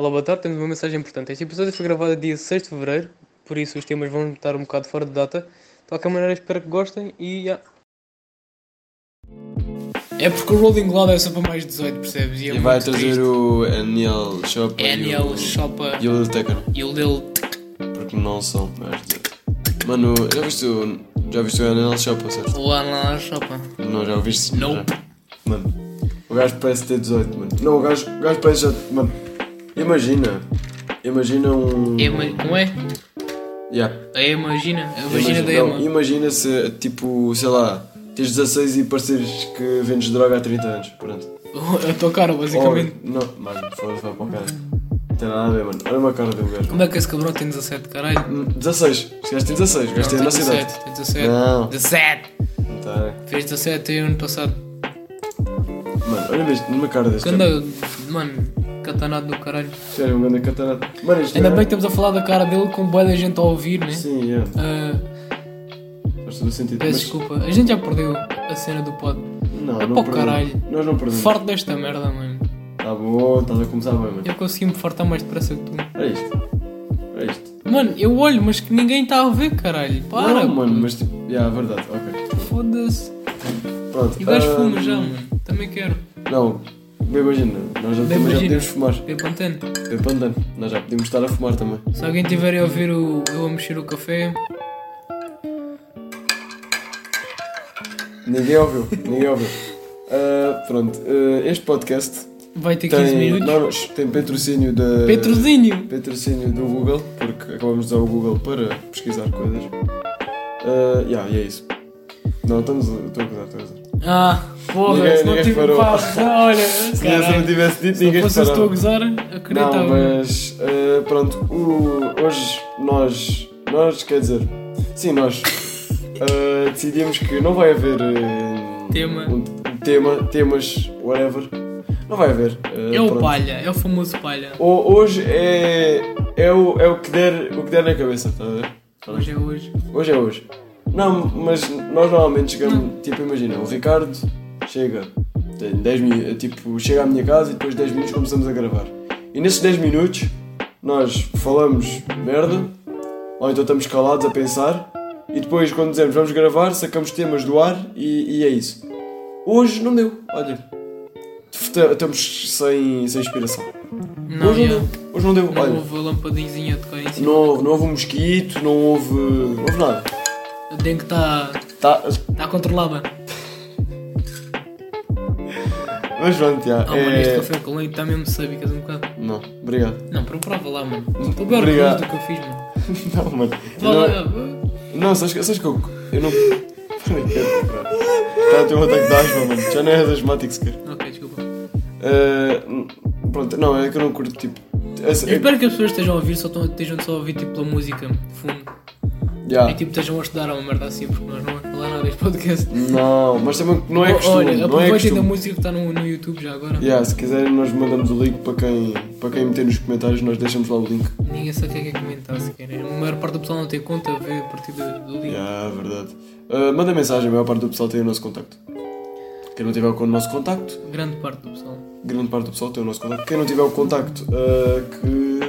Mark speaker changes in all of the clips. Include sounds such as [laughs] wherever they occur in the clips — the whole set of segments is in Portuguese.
Speaker 1: Olá, boa tarde. Temos uma mensagem importante. Este episódio foi gravado dia 6 de fevereiro, por isso os temas vão estar um bocado fora de data. De qualquer maneira, espero que gostem e. já. É porque o Rolling Loud é só para mais 18, percebes? é
Speaker 2: E vai trazer o Aniel Chopper e o,
Speaker 1: Daniel Chopa
Speaker 2: e o Lil Tecno,
Speaker 1: e o Lil.
Speaker 2: porque não são mais de... Mano, já viste o, já viste o Aniel Chopper, certo?
Speaker 1: O Alan Chopa.
Speaker 2: Não, já ouviste?
Speaker 1: Nope.
Speaker 2: Já. Mano, o gajo parece ter 18, mano. Não, o gajo, o gajo parece já... Mano, imagina, imagina um...
Speaker 1: Como é?
Speaker 2: Yeah.
Speaker 1: A Imagina. A Imagina da
Speaker 2: não,
Speaker 1: Emma.
Speaker 2: imagina se, tipo, sei lá, tens 16 e pareceres que vendes droga há 30 anos, pronto.
Speaker 1: [laughs] A tua cara,
Speaker 2: Ou,
Speaker 1: basicamente.
Speaker 2: não, mano, foda-se, vai para o cara. Não tem nada a ver, mano. Olha uma cara do gajo.
Speaker 1: Como é que esse cabrão tem 17, caralho?
Speaker 2: 16. Este gajo tem 16. O gajo tem a nossa idade.
Speaker 1: 17, 17.
Speaker 2: Não.
Speaker 1: 17!
Speaker 2: Tá.
Speaker 1: Fez 17 aí ano passado.
Speaker 2: Mano, olha mesmo, numa cara deste.
Speaker 1: Ganda,
Speaker 2: gajo.
Speaker 1: mano, catanado do caralho.
Speaker 2: Sério, um grande catarata. Mano, isto
Speaker 1: Ainda
Speaker 2: é-
Speaker 1: bem que estamos a falar da cara dele com boa da gente a ouvir, né?
Speaker 2: Sim, é.
Speaker 1: Ah,
Speaker 2: Faz todo o sentido.
Speaker 1: peço
Speaker 2: Mas- Hum.
Speaker 1: desculpa, a gente já perdeu a cena do pod.
Speaker 2: Não,
Speaker 1: É
Speaker 2: não
Speaker 1: para o
Speaker 2: perdemos.
Speaker 1: caralho.
Speaker 2: Nós não perdemos.
Speaker 1: Farto desta merda, mano.
Speaker 2: Tá bom, estás a começar bem, mano.
Speaker 1: Eu consegui me fartar mais depressa que tu.
Speaker 2: Olha isto. Olha isto.
Speaker 1: Mano, eu olho, mas que ninguém está a ver, caralho. Para,
Speaker 2: Não, mano, mas tipo, é verdade. Ok.
Speaker 1: Foda-se.
Speaker 2: Pronto.
Speaker 1: E o gajo
Speaker 2: ah,
Speaker 1: fuma já, mano. Também quero.
Speaker 2: Não, bem imagina. Nós já,
Speaker 1: Bem
Speaker 2: também já
Speaker 1: imagina.
Speaker 2: podemos fumar.
Speaker 1: Eu contente.
Speaker 2: Bem pandano. Nós já podemos estar a fumar também.
Speaker 1: um Se alguém tiver a ouvir o eu a mexer o café,
Speaker 2: Ninguém ouviu. Ninguém ouviu. Ah, pronto. ah, este podcast
Speaker 1: vai ter 15
Speaker 2: tem,
Speaker 1: minutos.
Speaker 2: não, mas tem patrocínio da.
Speaker 1: Petrozinho!
Speaker 2: Patrocínio do Google, porque acabamos de usar o Google para pesquisar coisas. Ah, yeah, e é isso. Não, estamos. Estou a gozar, estou a gozar.
Speaker 1: Ah, porra,
Speaker 2: Ninguém-
Speaker 1: se não
Speaker 2: ninguém
Speaker 1: tive
Speaker 2: reparou.
Speaker 1: pá, não, olha,
Speaker 2: Se eu não
Speaker 1: caralho.
Speaker 2: tivesse dito,
Speaker 1: Se não
Speaker 2: ninguém
Speaker 1: fosse eu estou a
Speaker 2: reparava.
Speaker 1: gozar,
Speaker 2: Não,
Speaker 1: acreditava.
Speaker 2: mas. ah, pronto, o- hoje nós. Nós, quer dizer. Sim, nós. ah, decidimos que não vai haver. ah,
Speaker 1: Tema.
Speaker 2: um- um tema, temas, whatever. Não vai haver. ah,
Speaker 1: É o
Speaker 2: pronto.
Speaker 1: palha, é o famoso palha.
Speaker 2: Ho- Hoje é. É o, é o, que der, o que der na cabeça, estás a ver?
Speaker 1: Hoje é hoje.
Speaker 2: Hoje é hoje. Não, mas nós normalmente chegamos, tipo, imagina, o Ricardo chega, tem 10 minutos, tipo, chega à minha casa e depois de 10 minutos começamos a gravar. E nesses 10 minutos nós falamos merda, ou então estamos calados a pensar, e depois quando dizemos vamos gravar, sacamos temas do ar e, e é isso. Hoje não deu, olha. T- Estamos sem, sem inspiração.
Speaker 1: Não,
Speaker 2: hoje,
Speaker 1: yeah.
Speaker 2: não deu, hoje não deu,
Speaker 1: não
Speaker 2: olha.
Speaker 1: houve a lampadinzinha de cá em cima.
Speaker 2: Não houve, não houve um mosquito, não houve. não houve nada.
Speaker 1: A dengue está
Speaker 2: Tá,
Speaker 1: tá controlada.
Speaker 2: Mas pronto, já.
Speaker 1: Ah,
Speaker 2: é...
Speaker 1: mano, este café com leite está mesmo sâbicas um bocado.
Speaker 2: Não, obrigado. [laughs]
Speaker 1: Não, para prova lá, mano. Estou bem orgulhoso
Speaker 2: Obrigado.
Speaker 1: do que eu fiz, mano.
Speaker 2: Não, mano.
Speaker 1: Vá
Speaker 2: Eu
Speaker 1: lá.
Speaker 2: Não, não sabes, que- sabes que eu. Eu não. Peraí, quero parar. Está a ter um ataque de asma, mano. Já não és asmático sequer.
Speaker 1: Ok, desculpa.
Speaker 2: Eh, n- pronto, não, é que eu não curto tipo. Essa,
Speaker 1: Eu
Speaker 2: é,
Speaker 1: espero que as pessoas estejam a ouvir, só estão- estejam só a ouvir tipo pela música, de fundo.
Speaker 2: já.
Speaker 1: E tipo estejam a estudar uma merda assim, porque nós não vamos falar nada deste podcast.
Speaker 2: Não, mas também não é
Speaker 1: O-
Speaker 2: costume.
Speaker 1: Olha,
Speaker 2: não é
Speaker 1: aproveitem da
Speaker 2: costume.
Speaker 1: música que está no, no YouTube já agora.
Speaker 2: Yeah, se quiserem, nós mandamos o link para quem, para quem meter nos comentários, nós deixamos lá o link.
Speaker 1: Ninguém sabe o que é que é comentar sequer. A maior parte do pessoal não tem conta, vê a partir do, do link.
Speaker 2: Yeah, verdade. Eh, manda mensagem, a maior parte do pessoal tem o nosso contacto. Quem não tiver o nosso contacto,
Speaker 1: Grande parte do pessoal.
Speaker 2: grande parte do pessoal tem o nosso contacto. Quem não tiver o contacto, ah, que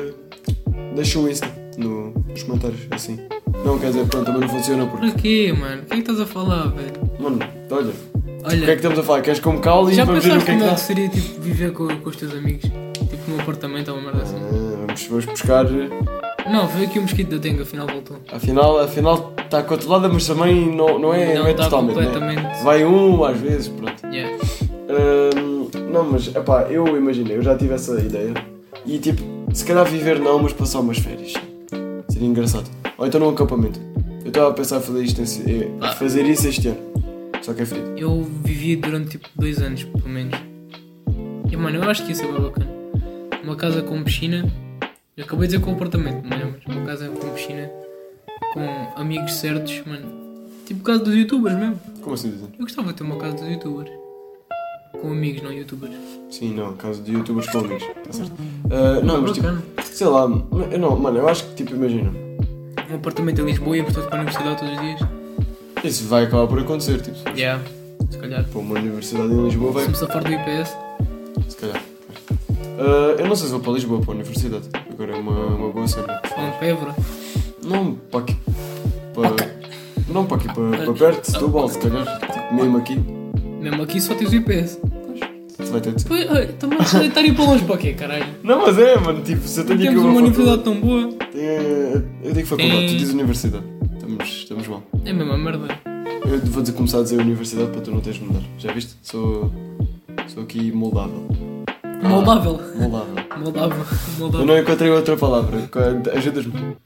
Speaker 2: deixa o Insta no- nos comentários, assim. Não, quer dizer, pronto, também não funciona porque.
Speaker 1: Para quê, mano? O que é que estás a falar, velho?
Speaker 2: Mano, olha, o que é que
Speaker 1: Olha,
Speaker 2: estamos a falar? Queres como caule e
Speaker 1: já
Speaker 2: vamos ver o
Speaker 1: pensaste
Speaker 2: que é que
Speaker 1: como é
Speaker 2: dá?
Speaker 1: que seria tipo, viver com, com os teus amigos? Tipo num apartamento ou uma merda assim.
Speaker 2: Ah, vamos, vamos buscar.
Speaker 1: Não, veio aqui o mosquito da dengue, afinal voltou.
Speaker 2: Afinal, afinal tá está controlada, mas também não, não é,
Speaker 1: Não
Speaker 2: não é
Speaker 1: tá
Speaker 2: totalmente. né?
Speaker 1: completamente.
Speaker 2: Vai um às vezes, pronto.
Speaker 1: Yeah.
Speaker 2: Hum, não, mas epá, eu imaginei, eu já tive essa ideia. E tipo, se calhar viver não, mas passar umas férias. Seria engraçado. Ou então num acampamento. Eu estava a pensar em fazer, isto em- em-
Speaker 1: Ah.
Speaker 2: fazer isso este ano. Só que é frio.
Speaker 1: Eu vivi durante tipo dois anos, pelo menos. E mano, eu acho que isso é bem bacana. Uma casa com piscina. Eu acabei de dizer com apartamento, não é? Mas uma casa com piscina. Com amigos certos, mano. Tipo casa dos youtubers mesmo.
Speaker 2: Como assim dizem?
Speaker 1: Eu gostava de ter uma casa dos youtubers. Com amigos, não youtubers.
Speaker 2: Sim, não, caso de youtubers com amigos. Tá certo. Ah, não, mas tipo,
Speaker 1: bacana.
Speaker 2: sei lá, eu não, mano, eu acho que tipo, imagina.
Speaker 1: Um apartamento em Lisboa e a pessoa para a universidade todos os dias.
Speaker 2: Isso vai acabar por acontecer, tipo, se
Speaker 1: Yeah. Se calhar.
Speaker 2: for uma universidade em Lisboa,
Speaker 1: Se
Speaker 2: vai.
Speaker 1: me safar do IPS.
Speaker 2: Se calhar. Ah, eu não sei se vou para Lisboa, para a universidade. Agora é uma, uma boa cena.
Speaker 1: Para um pebra.
Speaker 2: Não para aqui. Para, não para aqui, para, para perto, Setúbal, se calhar. Tipo, mesmo aqui.
Speaker 1: Mesmo aqui só tens o IPS.
Speaker 2: Se vai ter de ser.
Speaker 1: Pois, olha, também se deitar ir para longe para quê, caralho?
Speaker 2: Não, mas é, mano, tipo, se eu tenho aqui
Speaker 1: Temos uma
Speaker 2: faculdade-
Speaker 1: universidade tão boa.
Speaker 2: Tem- Eu digo faculdade,
Speaker 1: Tem-
Speaker 2: tu dizes universidade. Estamos, estamos mal.
Speaker 1: É mesmo a merda.
Speaker 2: Eu vou dizer, começar a dizer universidade para tu não teres de mudar. Já viste? Sou, sou aqui moldável. Ah,
Speaker 1: Moldável.
Speaker 2: moldável.
Speaker 1: Moldável.
Speaker 2: Eu
Speaker 1: Moldável.
Speaker 2: não encontrei outra palavra. Co- Ajudas-me.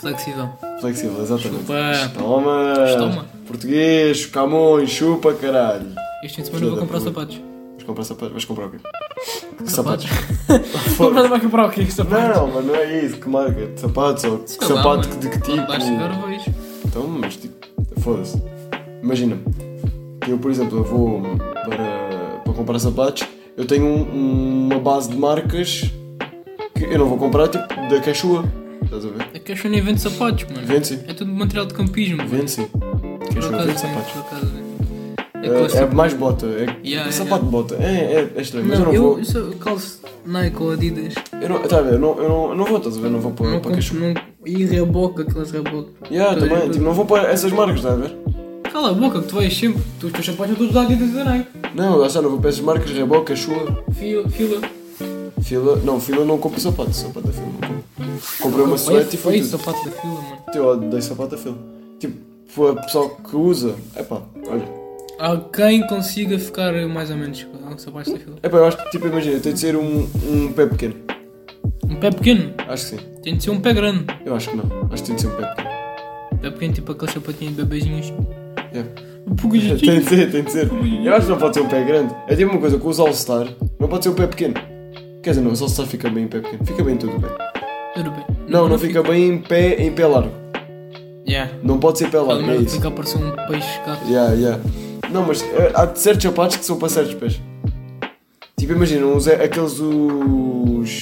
Speaker 1: Flexível.
Speaker 2: Flexível, exatamente.
Speaker 1: Chupa.
Speaker 2: Toma.
Speaker 1: Estoma.
Speaker 2: Português, camões, chupa, caralho.
Speaker 1: Este fim de semana eu vou comprar
Speaker 2: Filha da
Speaker 1: sapatos.
Speaker 2: Vais comprar sapatos? Vais comprar o quê? Que
Speaker 1: Sapatos?
Speaker 2: [laughs] Foda.
Speaker 1: Comprar vai comprar o quê? Sapatos?
Speaker 2: Não, mas não é isso. Que marca? De sapatos ou que
Speaker 1: Sei lá,
Speaker 2: sapato
Speaker 1: mano.
Speaker 2: de que
Speaker 1: Quando vais chegar,
Speaker 2: tipo?
Speaker 1: vais.
Speaker 2: Então, mas tipo, foda-se. Imagina, eu por exemplo, eu vou para, para comprar sapatos, eu tenho um- uma base de marcas que eu não vou comprar, tipo, da Quechua. Estás a ver?
Speaker 1: A Caixa nem vende sapatos, mano.
Speaker 2: Vende-se.
Speaker 1: É tudo material de campismo. mano.
Speaker 2: Vende-se.
Speaker 1: Por
Speaker 2: Quechua
Speaker 1: acaso,
Speaker 2: vende
Speaker 1: vende,
Speaker 2: sapatos.
Speaker 1: por acaso. vende. É que eu
Speaker 2: É, é
Speaker 1: sempre-
Speaker 2: mais bota, é
Speaker 1: Yeah,
Speaker 2: sapato de bota. É, é, é estranho, mas
Speaker 1: Não,
Speaker 2: eu não vou.
Speaker 1: eu, só calço Nike ou Adidas.
Speaker 2: Eu não, tá a ver, eu não, eu não, eu não vou, estás a ver? Não vou para,
Speaker 1: Não
Speaker 2: é para Quechua.
Speaker 1: compro, não... E reboca, aquelas rebocas.
Speaker 2: Yeah,
Speaker 1: Todas-
Speaker 2: também, tipo, não vou para essas marcas, estás a ver?
Speaker 1: Cala a boca que tu vais sempre. Tu, os teus sapatos são todos da Adidas e da Nike.
Speaker 2: Não, ah, lá está, não vou para essas marcas, reboca, Quechua.
Speaker 1: Fila, fila.
Speaker 2: Fila, não, fila não compro sapato, sapato da fila não compro. Comprei uma suéte e foi
Speaker 1: Foi o
Speaker 2: tudo. Tipo,
Speaker 1: sapato da fila, mano.
Speaker 2: Eu odeio sapato da fila. Tipo, foi a pessoa que usa, epá, olha.
Speaker 1: Alguém consiga ficar mais ou menos com o sapato da fila.
Speaker 2: Epá, eu acho que, tipo, imagina, tem de ser um, um pé pequeno.
Speaker 1: Um pé pequeno.
Speaker 2: Acho que sim.
Speaker 1: Tem de ser um pé grande.
Speaker 2: Eu acho que não. Acho que tem de ser um pé pequeno.
Speaker 1: Pé pequeno, tipo aqueles sapatinhos de bebezinhos.
Speaker 2: Yeah.
Speaker 1: Um pouco de
Speaker 2: [laughs] Tem de ser, tem de ser. Eu acho que não pode ser um pé grande. É tipo uma coisa, com os All-Star, não pode ser um pé pequeno. Quer dizer, não, os All-Star fica bem em pé pequeno. Fica bem tudo bem.
Speaker 1: Tudo bem.
Speaker 2: Não, não fica bem em pé, em pé largo.
Speaker 1: Yeah.
Speaker 2: Não pode ser pé
Speaker 1: Aquela
Speaker 2: largo, é
Speaker 1: merda que
Speaker 2: isso.
Speaker 1: fica a parecer um peixe cá.
Speaker 2: Yeah, yeah. Não, mas eh, há certos sapatos que são para certos pés. Tipo, imagina, uns, aqueles os.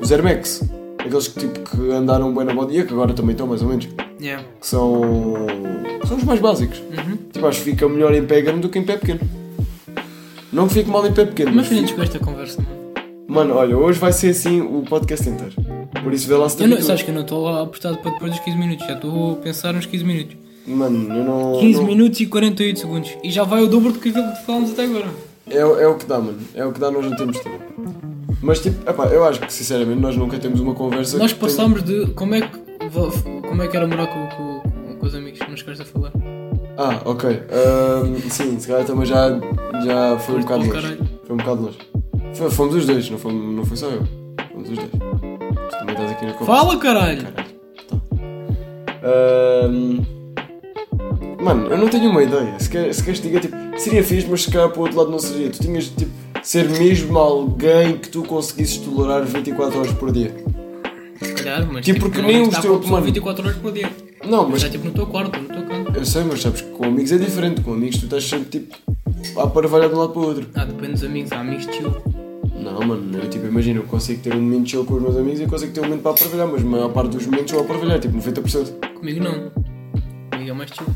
Speaker 2: os Air Max. Aqueles que, tipo, que andaram bem na bodia, que agora também estão mais ou menos. Que
Speaker 1: Yeah.
Speaker 2: são. que são os mais básicos.
Speaker 1: Uhum.
Speaker 2: Tipo, acho que fica melhor em pé grande do que em pé pequeno. Não que fique mal em pé pequeno.
Speaker 1: Mas
Speaker 2: fica-
Speaker 1: finimos com esta conversa, mano.
Speaker 2: Mano, olha, hoje vai ser assim o podcast inteiro. Por isso vê lá se
Speaker 1: Eu não,
Speaker 2: habitua.
Speaker 1: sabes que eu não estou apostado para depois dos 15 minutos. Já estou a pensar nos 15 minutos.
Speaker 2: Mano, eu não.
Speaker 1: 15
Speaker 2: não-
Speaker 1: minutos e 48 segundos. E já vai o dobro do que aquilo que falámos até agora.
Speaker 2: É, é o que dá, mano. É o que dá, nós não temos tempo. Mas tipo, epá, eu acho que sinceramente nós nunca temos uma conversa.
Speaker 1: Nós
Speaker 2: que tenha-
Speaker 1: passámos de como é que, como é que era morar com, com- com os amigos que nos queres a falar.
Speaker 2: Ah, ok. Ahm, sim, se calhar também já, já foi um
Speaker 1: Foste para o
Speaker 2: bocado longe. Foi um bocado longe. Foi- fomos os dois, não, fomos, não foi só eu. Fomos os dois. Tu também estás aqui na conversa.
Speaker 1: Fala caralho!
Speaker 2: Caralho. Tá. Ahm, mano, eu não tenho uma ideia. Se queres, se queres diga tipo, seria fixe, mas se calhar para o outro lado não seria. Tu tinhas tipo ser mesmo alguém que tu conseguisses tolerar 24 horas por dia.
Speaker 1: Se calhar, mas.
Speaker 2: Tipo, porque nem
Speaker 1: não
Speaker 2: os
Speaker 1: está
Speaker 2: teu-
Speaker 1: com a pessoa
Speaker 2: mano.
Speaker 1: 24 horas por dia.
Speaker 2: Não,
Speaker 1: Mas
Speaker 2: mas
Speaker 1: está tipo no teu quarto, no teu canto.
Speaker 2: eu sei, mas sabes que com amigos é diferente. Com amigos tu estás sempre tipo a paravalhar de um lado para o outro.
Speaker 1: Ah, depende dos amigos, há amigos de chill.
Speaker 2: Não, mano, eu tipo, imagina, eu consigo ter um momento chill com os meus amigos e consigo ter um momento para aparvalhar, mas a maior parte dos momentos eu aparvalhar, tipo 90%.
Speaker 1: Comigo não. Comigo é mais chill.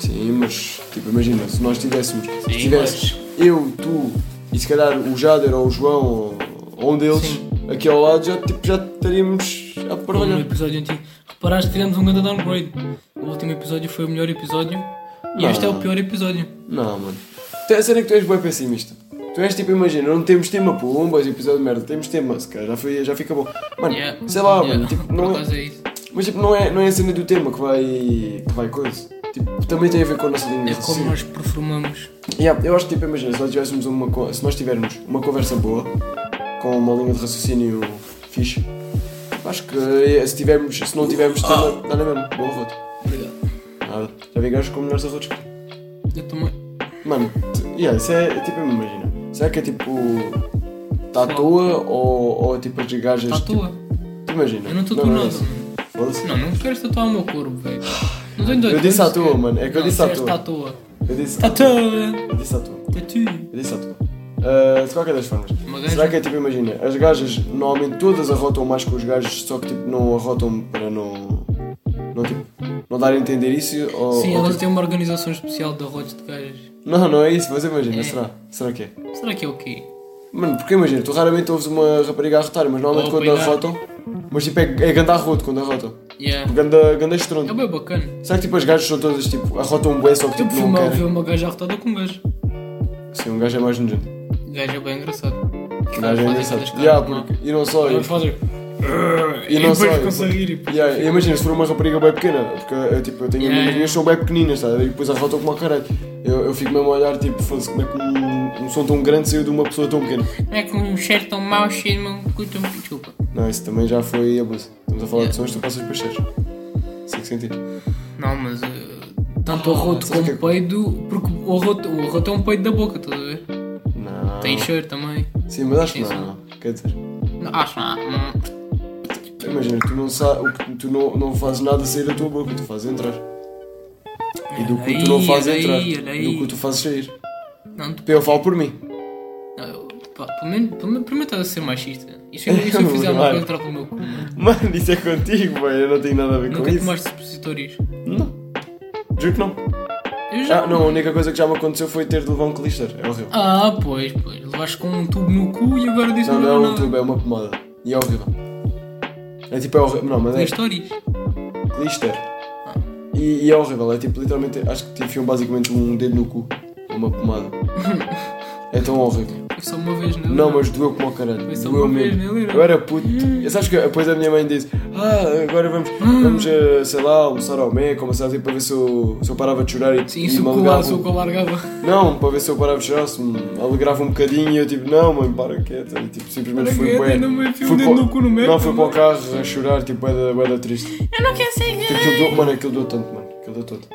Speaker 2: Sim, mas tipo, imagina, se nós tivéssemos, se
Speaker 1: Sim,
Speaker 2: tivesse eu, tu e se calhar o Jader ou o João ou, ou um deles
Speaker 1: Sim.
Speaker 2: aqui ao lado, já, tipo, já estaríamos a
Speaker 1: Como no
Speaker 2: aparvalhar.
Speaker 1: episódio antigo. Reparaste que tivemos um grande downgrade. O último episódio foi o melhor episódio. E
Speaker 2: Não.
Speaker 1: este é o pior episódio.
Speaker 2: Não, mano. Tu- A cena é que tu és bem pessimista. Tu és tipo, imagina, não temos tema pumba, esse episódio de merda, temos tema, se calhar já, foi, já fica bom. Mano,
Speaker 1: Yeah.
Speaker 2: sei lá,
Speaker 1: Yeah.
Speaker 2: mano, tipo,
Speaker 1: Por
Speaker 2: não é,
Speaker 1: acaso é isso.
Speaker 2: Mas tipo, não é, não é a cena do tema que vai. que vai coisa. Tipo, também tem a ver com a nossa linha de
Speaker 1: É como
Speaker 2: raciocínio.
Speaker 1: nós performamos.
Speaker 2: Yeah, eu acho que tipo, imagina, se nós tivéssemos uma. co- Se nós tivermos uma conversa boa, com uma linha de raciocínio fixe, acho que eh, se tivermos. Se não tivermos tema,
Speaker 1: Ah.
Speaker 2: dá na mesma. Boa rota.
Speaker 1: Obrigado.
Speaker 2: Nada. Já vi gajos com melhores arrotos que tu.
Speaker 1: Eu também.
Speaker 2: Mano, t- yeah, isso é, é tipo, imagina. Será que é tipo. Está à toa ou, ou tipo as gajas.
Speaker 1: Está Tá à
Speaker 2: tipo,
Speaker 1: toa.
Speaker 2: tu imagina.
Speaker 1: Eu não estou com nada.
Speaker 2: isso.
Speaker 1: mano.
Speaker 2: Foda-se.
Speaker 1: Não, não queres tatuar o meu corpo, velho. Não tenho dois
Speaker 2: assim. Eu disse à
Speaker 1: anos,
Speaker 2: toa,
Speaker 1: cara.
Speaker 2: mano. É que eu
Speaker 1: Não,
Speaker 2: disse à
Speaker 1: disseste
Speaker 2: toa.
Speaker 1: à toa.
Speaker 2: Eu disse
Speaker 1: À toa.
Speaker 2: Eu disse à toa.
Speaker 1: Tatu.
Speaker 2: Eu disse à toa. Ah, de qualquer das formas.
Speaker 1: Uma gaja.
Speaker 2: Será que é tipo, imagina, as gajas normalmente todas arrotam mais que os gajos, só que tipo, não arrotam para não. Não, tipo, não dar a entender isso? Ou,
Speaker 1: Sim,
Speaker 2: ou,
Speaker 1: elas
Speaker 2: tipo,
Speaker 1: têm uma organização especial de arrotes de gajas.
Speaker 2: Não, não é isso, mas imagina,
Speaker 1: É.
Speaker 2: será? Será que é?
Speaker 1: Será que é o quê?
Speaker 2: Mano, porque imagina, tu raramente ouves uma rapariga a rotar, mas normalmente
Speaker 1: Ou
Speaker 2: quando
Speaker 1: apanhar.
Speaker 2: arrotam. Mas tipo, é, é ganda arroto quando arrotam.
Speaker 1: Yeah.
Speaker 2: Ganda, ganda
Speaker 1: É
Speaker 2: estrondo.
Speaker 1: bem bacana.
Speaker 2: Será que tipo as gajas são todas tipo, arrotam um bué só que
Speaker 1: Eu
Speaker 2: tipo
Speaker 1: prefiro
Speaker 2: não
Speaker 1: mal
Speaker 2: querem?
Speaker 1: ver uma gaja arrotada com um gajo.
Speaker 2: Sim, um gajo é mais nojento.
Speaker 1: Gajo é bem engraçado.
Speaker 2: Um gajo é
Speaker 1: fazem
Speaker 2: engraçado.
Speaker 1: todas caras,
Speaker 2: Yeah,
Speaker 1: não.
Speaker 2: porque, e não só.
Speaker 1: Ela
Speaker 2: E,
Speaker 1: faz like,
Speaker 2: e
Speaker 1: e
Speaker 2: não
Speaker 1: depois
Speaker 2: só.
Speaker 1: ficam-se a rir e depois-
Speaker 2: Yeah, e imagina, se for uma rapariga bem pequena, porque eu, tipo, eu tenho
Speaker 1: Yeah,
Speaker 2: amigas
Speaker 1: yeah.
Speaker 2: minhas que são bem pequeninas, tá? e depois arrotam como a caralho. Eu, eu fico mesmo a olhar, tipo, foda-se, como é que um, um som tão grande saiu de uma pessoa tão pequena.
Speaker 1: Não é com um cheiro tão mau, cheiro meu cu tão... Desculpa.
Speaker 2: Não, isso também já foi abuso. Estamos a falar
Speaker 1: Yeah.
Speaker 2: de sons, tu passas para cheiros. Cinco sentidos.
Speaker 1: Não, mas... eh, tanto o roto
Speaker 2: sabe
Speaker 1: como
Speaker 2: é que-
Speaker 1: o peido... Porque o roto, o roto é um peido da boca, estás a ver?
Speaker 2: Não.
Speaker 1: Tem cheiro também.
Speaker 2: Sim, mas acho que
Speaker 1: Isso.
Speaker 2: não. Quer dizer,
Speaker 1: Não, acho não. não.
Speaker 2: imagina, tu não, sa o que- tu não, não fazes nada sair da tua boca, tu fazes entrar. E do que tu não
Speaker 1: Olha aí,
Speaker 2: fazes
Speaker 1: olha
Speaker 2: entrar,
Speaker 1: aí, olha aí.
Speaker 2: do que tu fazes sair.
Speaker 1: Não, tu-
Speaker 2: Eu falo por mim.
Speaker 1: não, Ah, eu- pá, pelo menos, pelo menos, pelo menos estás a ser machista. E se eu,
Speaker 2: [laughs]
Speaker 1: e se eu fizer uma
Speaker 2: Vai.
Speaker 1: coisa entrar pelo meu cu, mano?
Speaker 2: Mano, isso é contigo, boy. Eu não tenho nada a ver com
Speaker 1: Nunca
Speaker 2: isso.
Speaker 1: tomaste supositórios.
Speaker 2: Não. Juro que não.
Speaker 1: Eu já...
Speaker 2: Ah, não, a única coisa que já me aconteceu foi ter de levar um clister. É horrível.
Speaker 1: Ah, pois, pois. Levaste com um tubo no cu e agora dizes
Speaker 2: Não, não é
Speaker 1: levou
Speaker 2: um tubo, é uma pomada. E é horrível. É tipo, é horrível. Não, mas é
Speaker 1: Tem histórias.
Speaker 2: clister.
Speaker 1: Ah.
Speaker 2: E, e é horrível. É tipo, literalmente, acho que te enfiam basicamente um dedo no cu. É uma
Speaker 1: [laughs]
Speaker 2: pomada. É tão horrível.
Speaker 1: Foi só uma vez, não
Speaker 2: Não, mas doeu como ao caralho.
Speaker 1: Foi só
Speaker 2: Doeu
Speaker 1: uma vez,
Speaker 2: mesmo.
Speaker 1: não era?
Speaker 2: Eu era puto. Sabes que depois a minha mãe disse: Ah, agora vamos, vamos eh, sei lá, almoçar ao meio, começar a dizer para ver se eu, se eu parava de chorar e,
Speaker 1: Sim,
Speaker 2: e
Speaker 1: se
Speaker 2: me
Speaker 1: o
Speaker 2: alegrava
Speaker 1: colar, se
Speaker 2: um
Speaker 1: o colar largava.
Speaker 2: Não, para ver se eu parava de chorar, se me alegrava um bocadinho e eu tipo, não, mãe, para quieta. E tipo, simplesmente
Speaker 1: Para
Speaker 2: fui
Speaker 1: quieta,
Speaker 2: bué.
Speaker 1: ainda me enfiou
Speaker 2: fui
Speaker 1: o dedo
Speaker 2: para-
Speaker 1: no cu no meio,
Speaker 2: Não, fui para o
Speaker 1: também.
Speaker 2: carro a chorar, tipo, bué da- bué da triste.
Speaker 1: Eu não quero ser
Speaker 2: Tipo, aquilo doeu, mano, aquilo doeu tanto, mano. Aquilo doeu tanto.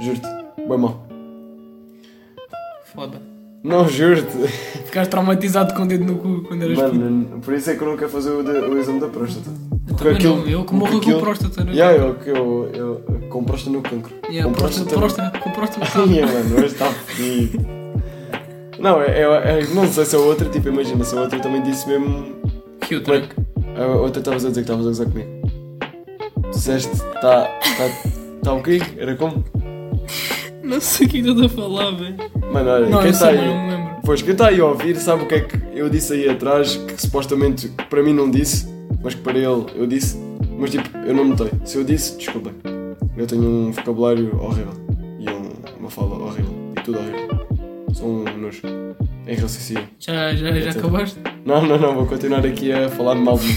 Speaker 2: Juro-te. Bué mal.
Speaker 1: Foda.
Speaker 2: Não, juro-te.
Speaker 1: Ficaste traumatizado com o dedo no cu quando eras puto.
Speaker 2: Mano, por isso é que eu não quero fazer o, de- o exame da próstata.
Speaker 1: Também não, eu que morro com próstata, não é?
Speaker 2: Yeah, eu, eu, eu, eu com próstata no cancro.
Speaker 1: Yeah,
Speaker 2: Com
Speaker 1: próstata,
Speaker 2: no-
Speaker 1: próstata, com próstata
Speaker 2: [laughs]
Speaker 1: no
Speaker 2: Sim,
Speaker 1: carro.
Speaker 2: é, mano, hoje está fedido. Não, é, é- é- não sei se a outra, tipo, imagina, se a outra também disse mesmo.
Speaker 1: Que o
Speaker 2: Como é
Speaker 1: tranco.
Speaker 2: que- A outra estavas a dizer que estavas a gozar comigo. Disseste, tá. tá. tá o quê? Era como?
Speaker 1: Não sei o que estás a falar, velho.
Speaker 2: Mano, olha,
Speaker 1: Não,
Speaker 2: quem
Speaker 1: eu
Speaker 2: está
Speaker 1: sei,
Speaker 2: aí.
Speaker 1: mas não me lembro.
Speaker 2: Pois, quem está aí a ouvir sabe o que é que eu disse aí atrás, que supostamente para mim não disse, mas que para ele eu disse, mas tipo, eu não notei. Se eu disse, desculpem. Eu tenho um vocabulário horrível e um- uma fala horrível e tudo horrível. Sou um nojo. Em raciocínio.
Speaker 1: Já, já, já
Speaker 2: sei.
Speaker 1: acabaste?
Speaker 2: Não, não, não, vou continuar aqui a falar de mal de mim.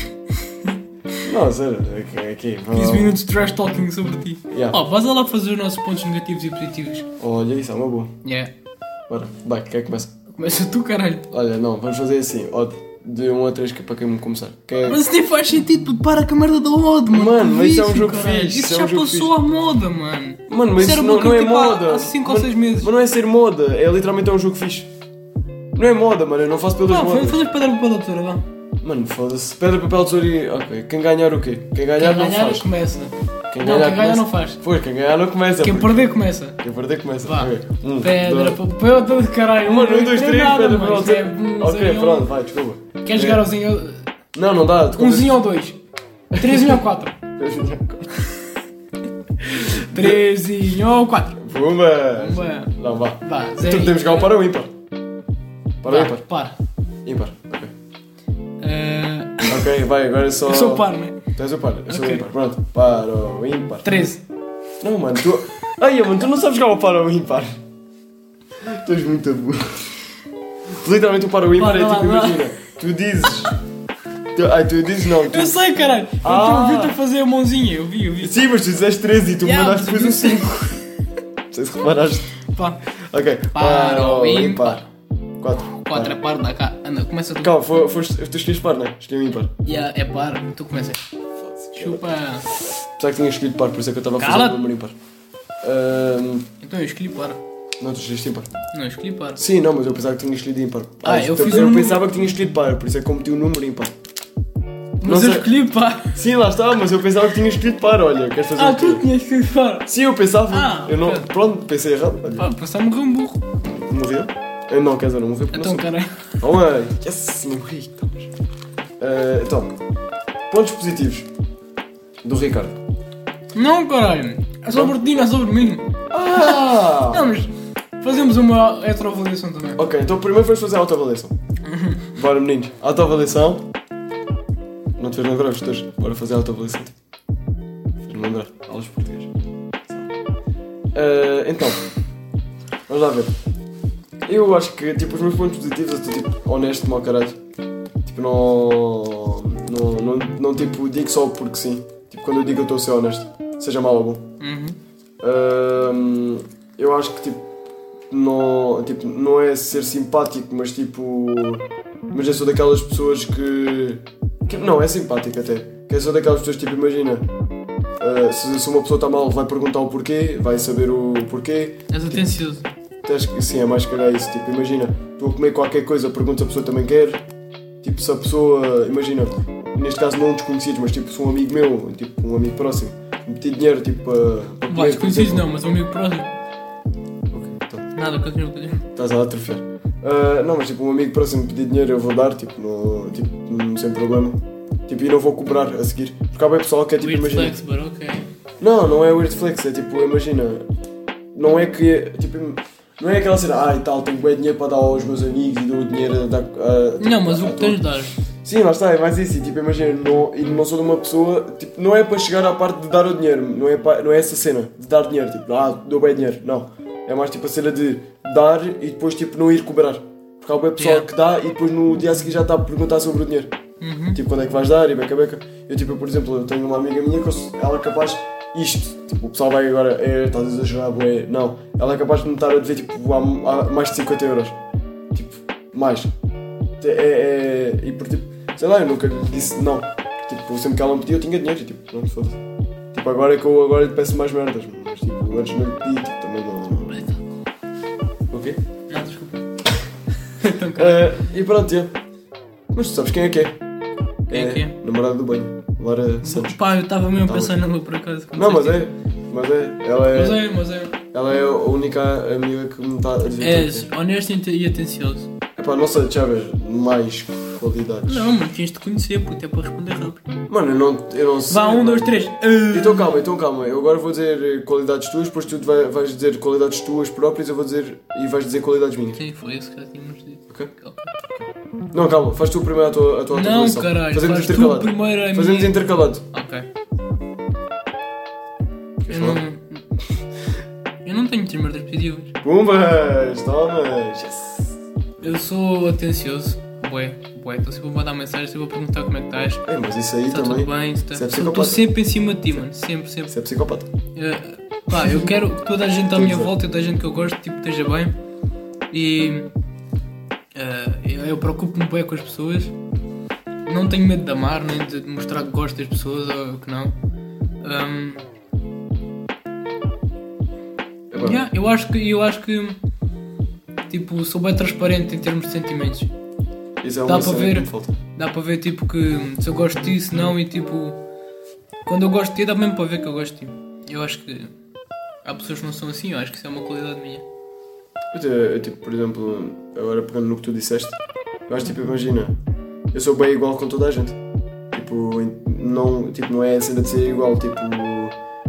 Speaker 2: Não, sério, É aqui, aqui.
Speaker 1: 15 minutos de trash talking sobre ti.
Speaker 2: Yeah.
Speaker 1: Ó, vais lá fazer os nossos pontos negativos e positivos.
Speaker 2: Olha, isso é uma boa.
Speaker 1: Yeah.
Speaker 2: Bora, vai, quer que começa?
Speaker 1: Começa tu, caralho.
Speaker 2: Olha, não, vamos fazer assim, ódio. De 1 um a 3 que é para quem me começar. Quem
Speaker 1: Mas isso nem faz sentido, puto, para com a merda da moda, mano.
Speaker 2: Mano,
Speaker 1: Que
Speaker 2: mas isso é um
Speaker 1: vício,
Speaker 2: jogo
Speaker 1: caralho.
Speaker 2: fixe, isso
Speaker 1: Isso
Speaker 2: é um
Speaker 1: já
Speaker 2: jogo
Speaker 1: passou à moda, mano.
Speaker 2: Mano, mas
Speaker 1: Isso era
Speaker 2: isso
Speaker 1: uma
Speaker 2: não, não é
Speaker 1: crítica há-
Speaker 2: moda.
Speaker 1: há cinco ou
Speaker 2: Mano,
Speaker 1: seis meses.
Speaker 2: Mas não é ser moda, é literalmente é um jogo fixe. Não é moda, mano, eu não faço pelas
Speaker 1: Não, um
Speaker 2: modas.
Speaker 1: vamos fazer pedra para a doutora, vá.
Speaker 2: Mano, foda-se. Pedra, papel, tesoura e... Ok, quem ganhar o quê? Quem ganhar
Speaker 1: Quem
Speaker 2: não
Speaker 1: ganhar
Speaker 2: faz.
Speaker 1: começa.
Speaker 2: Quem
Speaker 1: não, quem ganhar
Speaker 2: começa.
Speaker 1: não faz.
Speaker 2: Pois, quem ganhar não começa.
Speaker 1: Quem
Speaker 2: porque-
Speaker 1: perder começa.
Speaker 2: Quem perder começa.
Speaker 1: Vá.
Speaker 2: Ok. Um,
Speaker 1: Pedra,
Speaker 2: dois-
Speaker 1: papel, todo caralho.
Speaker 2: Mano, um, dois,
Speaker 1: não é
Speaker 2: três,
Speaker 1: nada,
Speaker 2: pedra,
Speaker 1: mano,
Speaker 2: papel,
Speaker 1: isso é
Speaker 2: tesoura.
Speaker 1: um, zero,
Speaker 2: Ok,
Speaker 1: um.
Speaker 2: pronto, é? vai, desculpa.
Speaker 1: Quer jogar ao zinho?
Speaker 2: Não, não dá.
Speaker 1: Um zinho ou dois? Três zinho ou quatro? Três zinho ou quatro?
Speaker 2: Pumba!
Speaker 1: Vá,
Speaker 2: Não, vá.
Speaker 1: Vá,
Speaker 2: Então
Speaker 1: zero.
Speaker 2: podemos jogar o para ou ímpar? Para ou
Speaker 1: Vá,
Speaker 2: ímpar?
Speaker 1: Par.
Speaker 2: Ímpar, ok.
Speaker 1: Ah,
Speaker 2: Ok, vai, agora é só...
Speaker 1: Eu sou par, né?
Speaker 2: Tu és o par, eu sou
Speaker 1: Ok.
Speaker 2: o ímpar. Pronto, par ou ímpar.
Speaker 1: Treze.
Speaker 2: Não, mano, tu. Ai, mano, tu não sabes jogar o par ou ímpar. Tu és muito burro. Literalmente o par ou ímpar
Speaker 1: Bora
Speaker 2: é
Speaker 1: lá,
Speaker 2: tipo,
Speaker 1: bora.
Speaker 2: imagina. Tu dizes. Tu, ai, tu dizes não. Tu...
Speaker 1: Eu sei, caralho.
Speaker 2: Ah.
Speaker 1: Eu vi-te fazer a mãozinha, eu vi, eu vi.
Speaker 2: Sim, mas tu disseste 13 e tu
Speaker 1: Yeah,
Speaker 2: mandaste depois um 5. Não sei se reparaste.
Speaker 1: Pá.
Speaker 2: Ok.
Speaker 1: Par ou ímpar.
Speaker 2: 4.
Speaker 1: Quatro é par, dá cá. Anda, começa tu.
Speaker 2: Calma, fo- foste, tu escolheste par, não é? Escolhi o ímpar.
Speaker 1: Yeah, é par, tu começas. Chupa.
Speaker 2: Apesar que tinha escolhido par, por isso é que eu estava a fazer
Speaker 1: Cala-te.
Speaker 2: o número ímpar. Ahm,
Speaker 1: Então eu escolhi par.
Speaker 2: não, tu escolheste ímpar.
Speaker 1: Não, eu escolhi par.
Speaker 2: Sim, não, mas eu pensava que tinha escolhido ímpar.
Speaker 1: Ah, eu fiz
Speaker 2: eu
Speaker 1: um
Speaker 2: pensava que tinha escolhido par, por isso é que eu meti o número ímpar. Não
Speaker 1: Mas
Speaker 2: sei.
Speaker 1: eu escolhi par.
Speaker 2: Sim, lá está, mas eu pensava que tinha escolhido par, olha, queres fazer
Speaker 1: Ah,
Speaker 2: o quê?
Speaker 1: tu tinhas escolhido par.
Speaker 2: Sim, eu pensava.
Speaker 1: Ah,
Speaker 2: eu não,
Speaker 1: ok.
Speaker 2: pronto, pensei errado. Olha,
Speaker 1: Pá, passar morreu um burro.
Speaker 2: morreu. Eu não, quer dizer, não morreu porque
Speaker 1: Então,
Speaker 2: não sou.
Speaker 1: caralho.
Speaker 2: Oh, ai, yes, morri. estamos. Ah, tá, então, pontos positivos do Ricardo.
Speaker 1: Não, caralho. É sobre ti, não é sobre mim.
Speaker 2: Ah!
Speaker 1: Não, mas fazemos uma heteroavaliação também.
Speaker 2: Oh. ok, então primeiro vamos fazer a autoavaliação. Bora, meninos, autoavaliação. Não te fez lembrar os teus. Bora fazer a autoavaliação. Fez-me lembrar. Aulas de português. Ah, então, vamos lá ver. Eu acho que, tipo, os meus pontos positivos, eu estou, tipo, honesto, mal caralho. Tipo, não. Não, não, não, tipo, digo só porque sim. Tipo, quando eu digo eu estou a ser honesto, seja mal ou bom.
Speaker 1: Uhum.
Speaker 2: Ahm, eu acho que tipo não, tipo não é ser simpático, mas tipo. Mas eu sou daquelas pessoas que. que- não, é simpático até. Que eu sou daquelas pessoas tipo, imagina. ah, se, se uma pessoa está mal, vai perguntar o porquê, vai saber o porquê.
Speaker 1: És atencioso.
Speaker 2: Tens que, sim, é mais calhar isso. Tipo, imagina, estou a comer qualquer coisa, pergunto se a pessoa também quer. Tipo, se a pessoa, imagina, neste caso não desconhecidos, mas tipo, se um amigo meu, tipo, um amigo próximo, me pedir dinheiro, tipo, para. para comer, por
Speaker 1: Vai, desconhecidos
Speaker 2: exemplo.
Speaker 1: não, mas um amigo próximo.
Speaker 2: Ok, então,
Speaker 1: Nada, continua, continua.
Speaker 2: estás a atrofiar. Ah, não, mas tipo, um amigo próximo pedir dinheiro eu vou dar, tipo, no, tipo hum, sem problema. Tipo, e não vou cobrar a seguir. Porque há bem pessoal que é tipo,
Speaker 1: Weird
Speaker 2: imagina.
Speaker 1: flex, but ok.
Speaker 2: Não, não é weird flex, é tipo, imagina. Não é que. Tipo, não é aquela cena, ai tal, tenho bem dinheiro para dar aos meus amigos e dou o dinheiro a dar. a- tipo,
Speaker 1: Não, mas
Speaker 2: à
Speaker 1: o que
Speaker 2: tua-
Speaker 1: tens de dar?
Speaker 2: Sim, lá está, é mais isso. E, tipo, imagina, não, e não sou de uma pessoa. Tipo, não é para chegar à parte de dar o dinheiro, não é, pa- não é essa cena de dar dinheiro, tipo, ah, dou bem dinheiro. Não. É mais tipo a cena de dar e depois, tipo, não ir cobrar. Porque há bem pessoal
Speaker 1: Yeah.
Speaker 2: que dá e depois no dia a seguir já está a perguntar sobre o dinheiro.
Speaker 1: Uhum.
Speaker 2: Tipo, quando é que vais dar e beca beca. Eu, tipo, eu, por exemplo, eu tenho uma amiga minha que eu sou- ela é capaz. Isto, tipo, o pessoal vai agora, é, estás a exagerar, bué. Não, ela é capaz de me estar a dizer, tipo, há, há mais de 50 euros. Tipo, mais. É, é- é- e por tipo, sei lá, eu nunca lhe disse não. Tipo, sempre que ela me pedia, eu tinha dinheiro, tipo, pronto, foda-se. Tipo, agora é que eu agora lhe peço mais merdas, mas tipo, antes não lhe pedi, tipo, também não.
Speaker 1: Eita.
Speaker 2: O quê?
Speaker 1: Não, desculpa.
Speaker 2: Eh, e pronto, é. Mas tu sabes quem é que é?
Speaker 1: Quem é que é?
Speaker 2: Namorada do banho, Lara Santos.
Speaker 1: Pá, eu estava mesmo a
Speaker 2: Tá
Speaker 1: pensar nela por acaso. quando
Speaker 2: Não, mas
Speaker 1: disseste
Speaker 2: é. Mas é. Ela
Speaker 1: isso. Mas
Speaker 2: é,
Speaker 1: é, mas é.
Speaker 2: ela é a única amiga que me está a dizer.
Speaker 1: És
Speaker 2: tudo.
Speaker 1: honesto e atencioso.
Speaker 2: Epá, não sei, Chaves, mais qualidades.
Speaker 1: Não, mas tens de conhecer, puto, é para responder rápido.
Speaker 2: Mano, eu não, eu não sei.
Speaker 1: Vá, um, dois, três. Ah.
Speaker 2: Então calma, então calma. Eu agora vou dizer eh, qualidades tuas, depois tu vai- vais dizer qualidades tuas próprias, eu vou dizer. e vais dizer qualidades minhas.
Speaker 1: Sim, foi isso que já tínhamos dito.
Speaker 2: Ok?
Speaker 1: Ok.
Speaker 2: Não, calma, faz tu primeiro a tua, a tua
Speaker 1: Não,
Speaker 2: atualização.
Speaker 1: caralho,
Speaker 2: Fazemos
Speaker 1: faz tu
Speaker 2: intercalado.
Speaker 1: primeiro é a
Speaker 2: Fazemos
Speaker 1: minha.
Speaker 2: intercalado.
Speaker 1: Ok.
Speaker 2: Queres
Speaker 1: Eu
Speaker 2: falar?
Speaker 1: não... Eu não tenho três merdas positivas.
Speaker 2: Pumbas! Tomas! Yes!
Speaker 1: Eu sou atencioso. Bué, bué. Então, Estou sempre a mandar mensagem, sempre a perguntar como é que estás. Se
Speaker 2: É, mas isso aí
Speaker 1: está
Speaker 2: também.
Speaker 1: Tá tudo bem, se está...
Speaker 2: Isso é
Speaker 1: Estou
Speaker 2: psicopata.
Speaker 1: sempre em cima de ti, mano. Sempre, sempre.
Speaker 2: Isso é psicopata.
Speaker 1: Eh, pá, eu quero que toda a gente à minha
Speaker 2: Exato.
Speaker 1: volta, toda a gente que eu gosto, tipo, esteja bem. E eh, eu, eu preocupo-me bem com as pessoas. Não tenho medo de amar, nem de mostrar que gosto das pessoas ou que não. Ahm,
Speaker 2: É bom.
Speaker 1: yeah, eu acho que eu acho que tipo, sou bem transparente em termos de sentimentos.
Speaker 2: Isso é
Speaker 1: Dá
Speaker 2: uma
Speaker 1: para
Speaker 2: cena
Speaker 1: ver.
Speaker 2: que me falta.
Speaker 1: Dá para ver tipo que se eu gosto de ti, se não, e tipo. Quando eu gosto de ti dá mesmo para ver que eu gosto de ti. Eu acho que há pessoas que não são assim, eu acho que isso é uma qualidade minha.
Speaker 2: Eu, te- eu, tipo, por exemplo, agora pegando no que tu disseste, eu acho tipo, imagina, eu sou bem igual com toda a gente. Tipo, em- não, tipo, não é a cena de ser igual, tipo,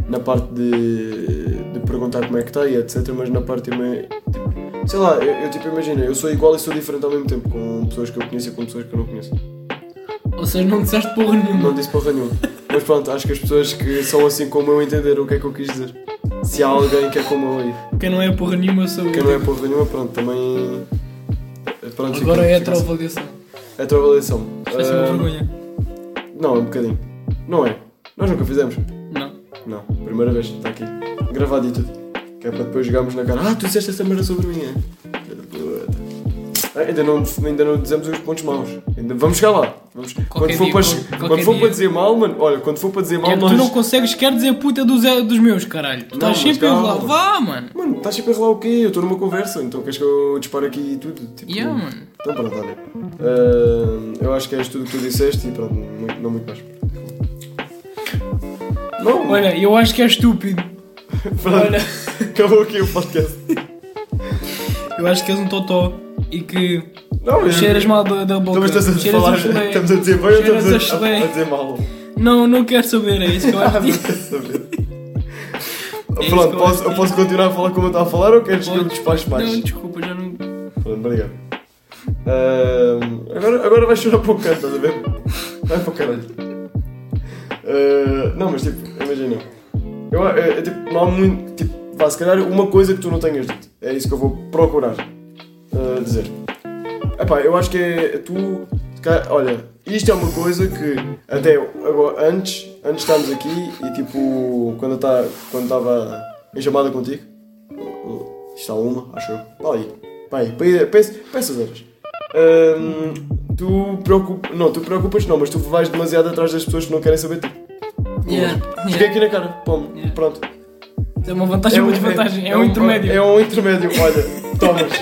Speaker 2: na parte de, de perguntar como é que está e etc, mas na parte também, tipo, sei lá, eu, eu, tipo, imagina, eu sou igual e sou diferente ao mesmo tempo, com pessoas que eu conheço e com pessoas que eu não conheço.
Speaker 1: Ou seja, não disseste porra nenhuma.
Speaker 2: Não disse porra nenhuma. Mas pronto, acho que as pessoas que são assim como eu entenderam o que é que eu quis dizer. Se há alguém que é como eu aí.
Speaker 1: Quem não é porra nenhuma sou eu.
Speaker 2: Quem não é porra nenhuma, pronto, também. eh, Pronto, fica-
Speaker 1: Agora é a
Speaker 2: fica
Speaker 1: tua
Speaker 2: assim.
Speaker 1: avaliação.
Speaker 2: É a tua avaliação.
Speaker 1: Isto vai ser uma
Speaker 2: Ah,
Speaker 1: vergonha.
Speaker 2: Não, é um bocadinho. Não é. Nós nunca fizemos.
Speaker 1: Não.
Speaker 2: Não, primeira vez, está aqui. Gravado e tudo. Que é para depois jogarmos na cara. Ah, tu disseste esta merda sobre mim, é? Filha da puta. Ah, ainda, não, ainda não dizemos os pontos maus. Ainda, vamos chegar lá. Vamos- quando for,
Speaker 1: dia,
Speaker 2: para,
Speaker 1: qual-
Speaker 2: che-
Speaker 1: qualquer
Speaker 2: quando for
Speaker 1: dia.
Speaker 2: para dizer mal, mano, olha, quando for para dizer mal,
Speaker 1: É que
Speaker 2: nós.
Speaker 1: tu não consegues quer dizer puta dos, dos meus, caralho. Tu
Speaker 2: oh, Não,
Speaker 1: estás
Speaker 2: mas
Speaker 1: sempre a lá.
Speaker 2: calma.
Speaker 1: Vá, mano.
Speaker 2: Mano, estás sempre a relar o quê? Eu estou numa conversa, então queres que eu dispare aqui e tudo? Tipo,
Speaker 1: Yeah, mano.
Speaker 2: Então pronto, olha. Ah, eu acho que és tudo o que tu disseste e pronto, muito- não muito mais. Não,
Speaker 1: Olha, eu acho que é estúpido.
Speaker 2: pronto,
Speaker 1: Olha,
Speaker 2: acabou aqui o podcast.
Speaker 1: eu acho que és um totó e que
Speaker 2: Não, Então, mas
Speaker 1: cheiras mal da, da boca.
Speaker 2: Também estás a
Speaker 1: cheiras
Speaker 2: falar,
Speaker 1: a chulé.
Speaker 2: estamos a dizer bem ou
Speaker 1: Cheiras
Speaker 2: estamos
Speaker 1: a
Speaker 2: a,
Speaker 1: chulé.
Speaker 2: a dizer mal?
Speaker 1: Não, não quero saber, é isso que eu
Speaker 2: Ah,
Speaker 1: acho.
Speaker 2: não
Speaker 1: que-
Speaker 2: [laughs] quero saber.
Speaker 1: É isso que
Speaker 2: Pronto,
Speaker 1: eu
Speaker 2: posso,
Speaker 1: acho
Speaker 2: eu
Speaker 1: que-
Speaker 2: posso continuar a falar como eu estava a falar ou queres que eu despache mais?
Speaker 1: Não, desculpa, já não.
Speaker 2: Pronto, obrigado. Ahm, agora, agora vais chorar para o canto, estás a ver? Vai para o caralho. Ah, não, mas tipo, imagina. Eu, é, é, tipo, não há muito. Tipo, vá, se calhar uma coisa que tu não tenhas dito. É isso que eu vou procurar ah, dizer. Epá, eu acho que é, é tu. se calhar, Olha, isto é uma coisa que até agora, antes, antes estávamos aqui e tipo, quando eu tá- quando estava em chamada contigo, está uma, acho eu. tá Pá aí. Pá aí, pá aí, pá esse- pá essas horas. Ahm, tu preocupas. Não, tu preocupas não, mas tu vais demasiado atrás das pessoas que não querem saber de ti.
Speaker 1: Yeah,
Speaker 2: Fiquei
Speaker 1: yeah.
Speaker 2: aqui na cara, pom,
Speaker 1: Yeah.
Speaker 2: pronto.
Speaker 1: É uma vantagem e uma desvantagem. É, um intermédio.
Speaker 2: É um intermédio, olha,
Speaker 1: [laughs]
Speaker 2: tomas.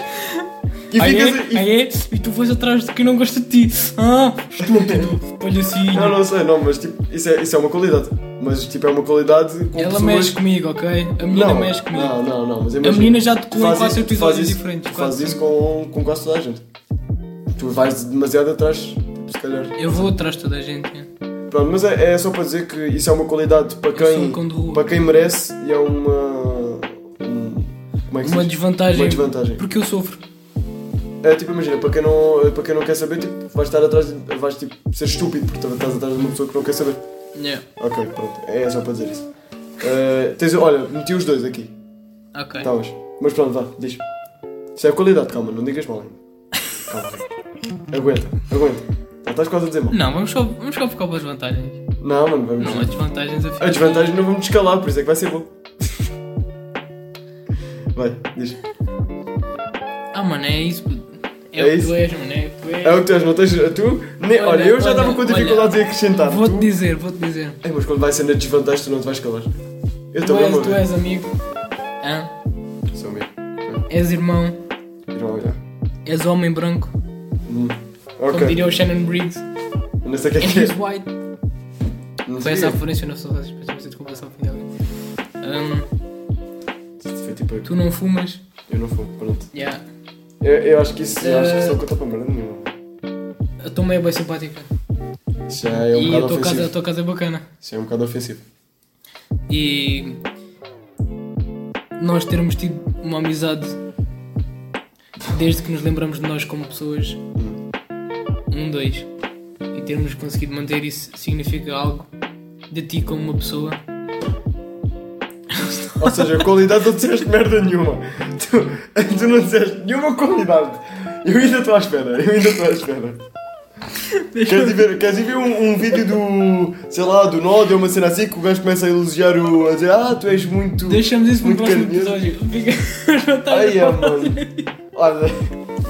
Speaker 2: E
Speaker 1: aí, é,
Speaker 2: ficas. e-
Speaker 1: aí é, e tu vais atrás de quem não gosta de ti. Ah, estúpido, palhacinho.
Speaker 2: Não, não sei, não, mas tipo, isso é, isso é uma qualidade. Mas tipo, é uma qualidade com
Speaker 1: Ela
Speaker 2: pessoas...
Speaker 1: mexe comigo, ok? A menina
Speaker 2: não,
Speaker 1: mexe comigo.
Speaker 2: Não, não, não, mas
Speaker 1: a
Speaker 2: imagina,
Speaker 1: menina já decolou em
Speaker 2: faz
Speaker 1: quase
Speaker 2: isso- faz
Speaker 1: episódios
Speaker 2: isso-
Speaker 1: diferentes.
Speaker 2: Faz
Speaker 1: quase.
Speaker 2: isso com, com quase toda a gente. Tu vais demasiado atrás, se calhar.
Speaker 1: Eu vou atrás de toda a gente. é.
Speaker 2: Pronto, mas é, é só para dizer que isso é uma qualidade para
Speaker 1: Eu sou um
Speaker 2: quem,
Speaker 1: cão de rua.
Speaker 2: para quem merece e é uma. um- como é que se
Speaker 1: Uma
Speaker 2: diz?
Speaker 1: desvantagem.
Speaker 2: Uma desvantagem.
Speaker 1: Porque eu sofro.
Speaker 2: É tipo, imagina, para quem não, para quem não quer saber, tipo, vais estar atrás, de- vais tipo, ser estúpido porque estás atrás de uma pessoa que não quer saber.
Speaker 1: Yeah.
Speaker 2: Ok, pronto, é só para dizer isso. Eh, tens, olha, meti os dois aqui.
Speaker 1: Ok.
Speaker 2: Tá, mas, mas pronto, vá, diz. Isso é qualidade, calma, não digas mal ainda. Calma. aguenta, aguenta. Já estás quase a dizer mal.
Speaker 1: Não, vamos só, vamos só focar para as vantagens.
Speaker 2: Não, mano, vamos.
Speaker 1: Não, as desvantagens eu fico-
Speaker 2: A desvantagem não vamos descalar, por isso é que vai ser bom. Vai, diz.
Speaker 1: Ah, mano, é isso. É,
Speaker 2: É
Speaker 1: o que
Speaker 2: isso?
Speaker 1: tu és, mano. É o que tu és.
Speaker 2: É o que tu és, não tens. Tu? Nem, olha,
Speaker 1: Olha,
Speaker 2: eu já estava
Speaker 1: olha,
Speaker 2: com
Speaker 1: olha.
Speaker 2: dificuldades em acrescentar.
Speaker 1: Vou-te
Speaker 2: Tu-
Speaker 1: dizer, vou-te dizer.
Speaker 2: É, mas quando vai ser na desvantagem, tu não te vais calar. Eu
Speaker 1: Tu
Speaker 2: também,
Speaker 1: és,
Speaker 2: mano.
Speaker 1: tu és amigo. Hã?
Speaker 2: Sou amigo.
Speaker 1: És irmão.
Speaker 2: Irmão, olha.
Speaker 1: És homem branco.
Speaker 2: Hum.
Speaker 1: Como
Speaker 2: Ok.
Speaker 1: diria o Shannon
Speaker 2: [laughs]
Speaker 1: Briggs.
Speaker 2: Não sei o que é
Speaker 1: And
Speaker 2: que é.
Speaker 1: he's white.
Speaker 2: Não
Speaker 1: Foi
Speaker 2: sei. é.
Speaker 1: essa a referência, não sou racista, mas eu desculpa se ofendi alguém. Hum,
Speaker 2: Foi tipo.
Speaker 1: tu não fumas.
Speaker 2: Eu não fui, pronto.
Speaker 1: Yeah.
Speaker 2: Eu, eu acho que isso. Eu acho que isso
Speaker 1: Eh,
Speaker 2: não conta para merda nenhuma.
Speaker 1: A tua mãe é bem simpática.
Speaker 2: Isso já é um
Speaker 1: e a
Speaker 2: bocado
Speaker 1: tua,
Speaker 2: ofensivo.
Speaker 1: casa, a tua casa é bacana.
Speaker 2: Isso é um bocado ofensivo.
Speaker 1: E nós termos tido uma amizade desde que nos lembramos de nós como pessoas, um, dois, e termos conseguido manter isso significa algo de ti como uma pessoa.
Speaker 2: Ou seja, a qualidade não disseste merda nenhuma. Tu, tu não disseste nenhuma qualidade. Eu ainda estou à espera, eu ainda estou à espera. Queres ir ver, queres ir ver um, um vídeo do, sei lá, do Nod ou uma cena assim que o gajo começa a elogiar o. a dizer, ah, tu és muito.
Speaker 1: Deixamos isso no
Speaker 2: muito
Speaker 1: próximo
Speaker 2: carinhoso."
Speaker 1: episódio. [laughs] Fica- tá-
Speaker 2: Ai,
Speaker 1: [laughs]
Speaker 2: é, mano. Olha,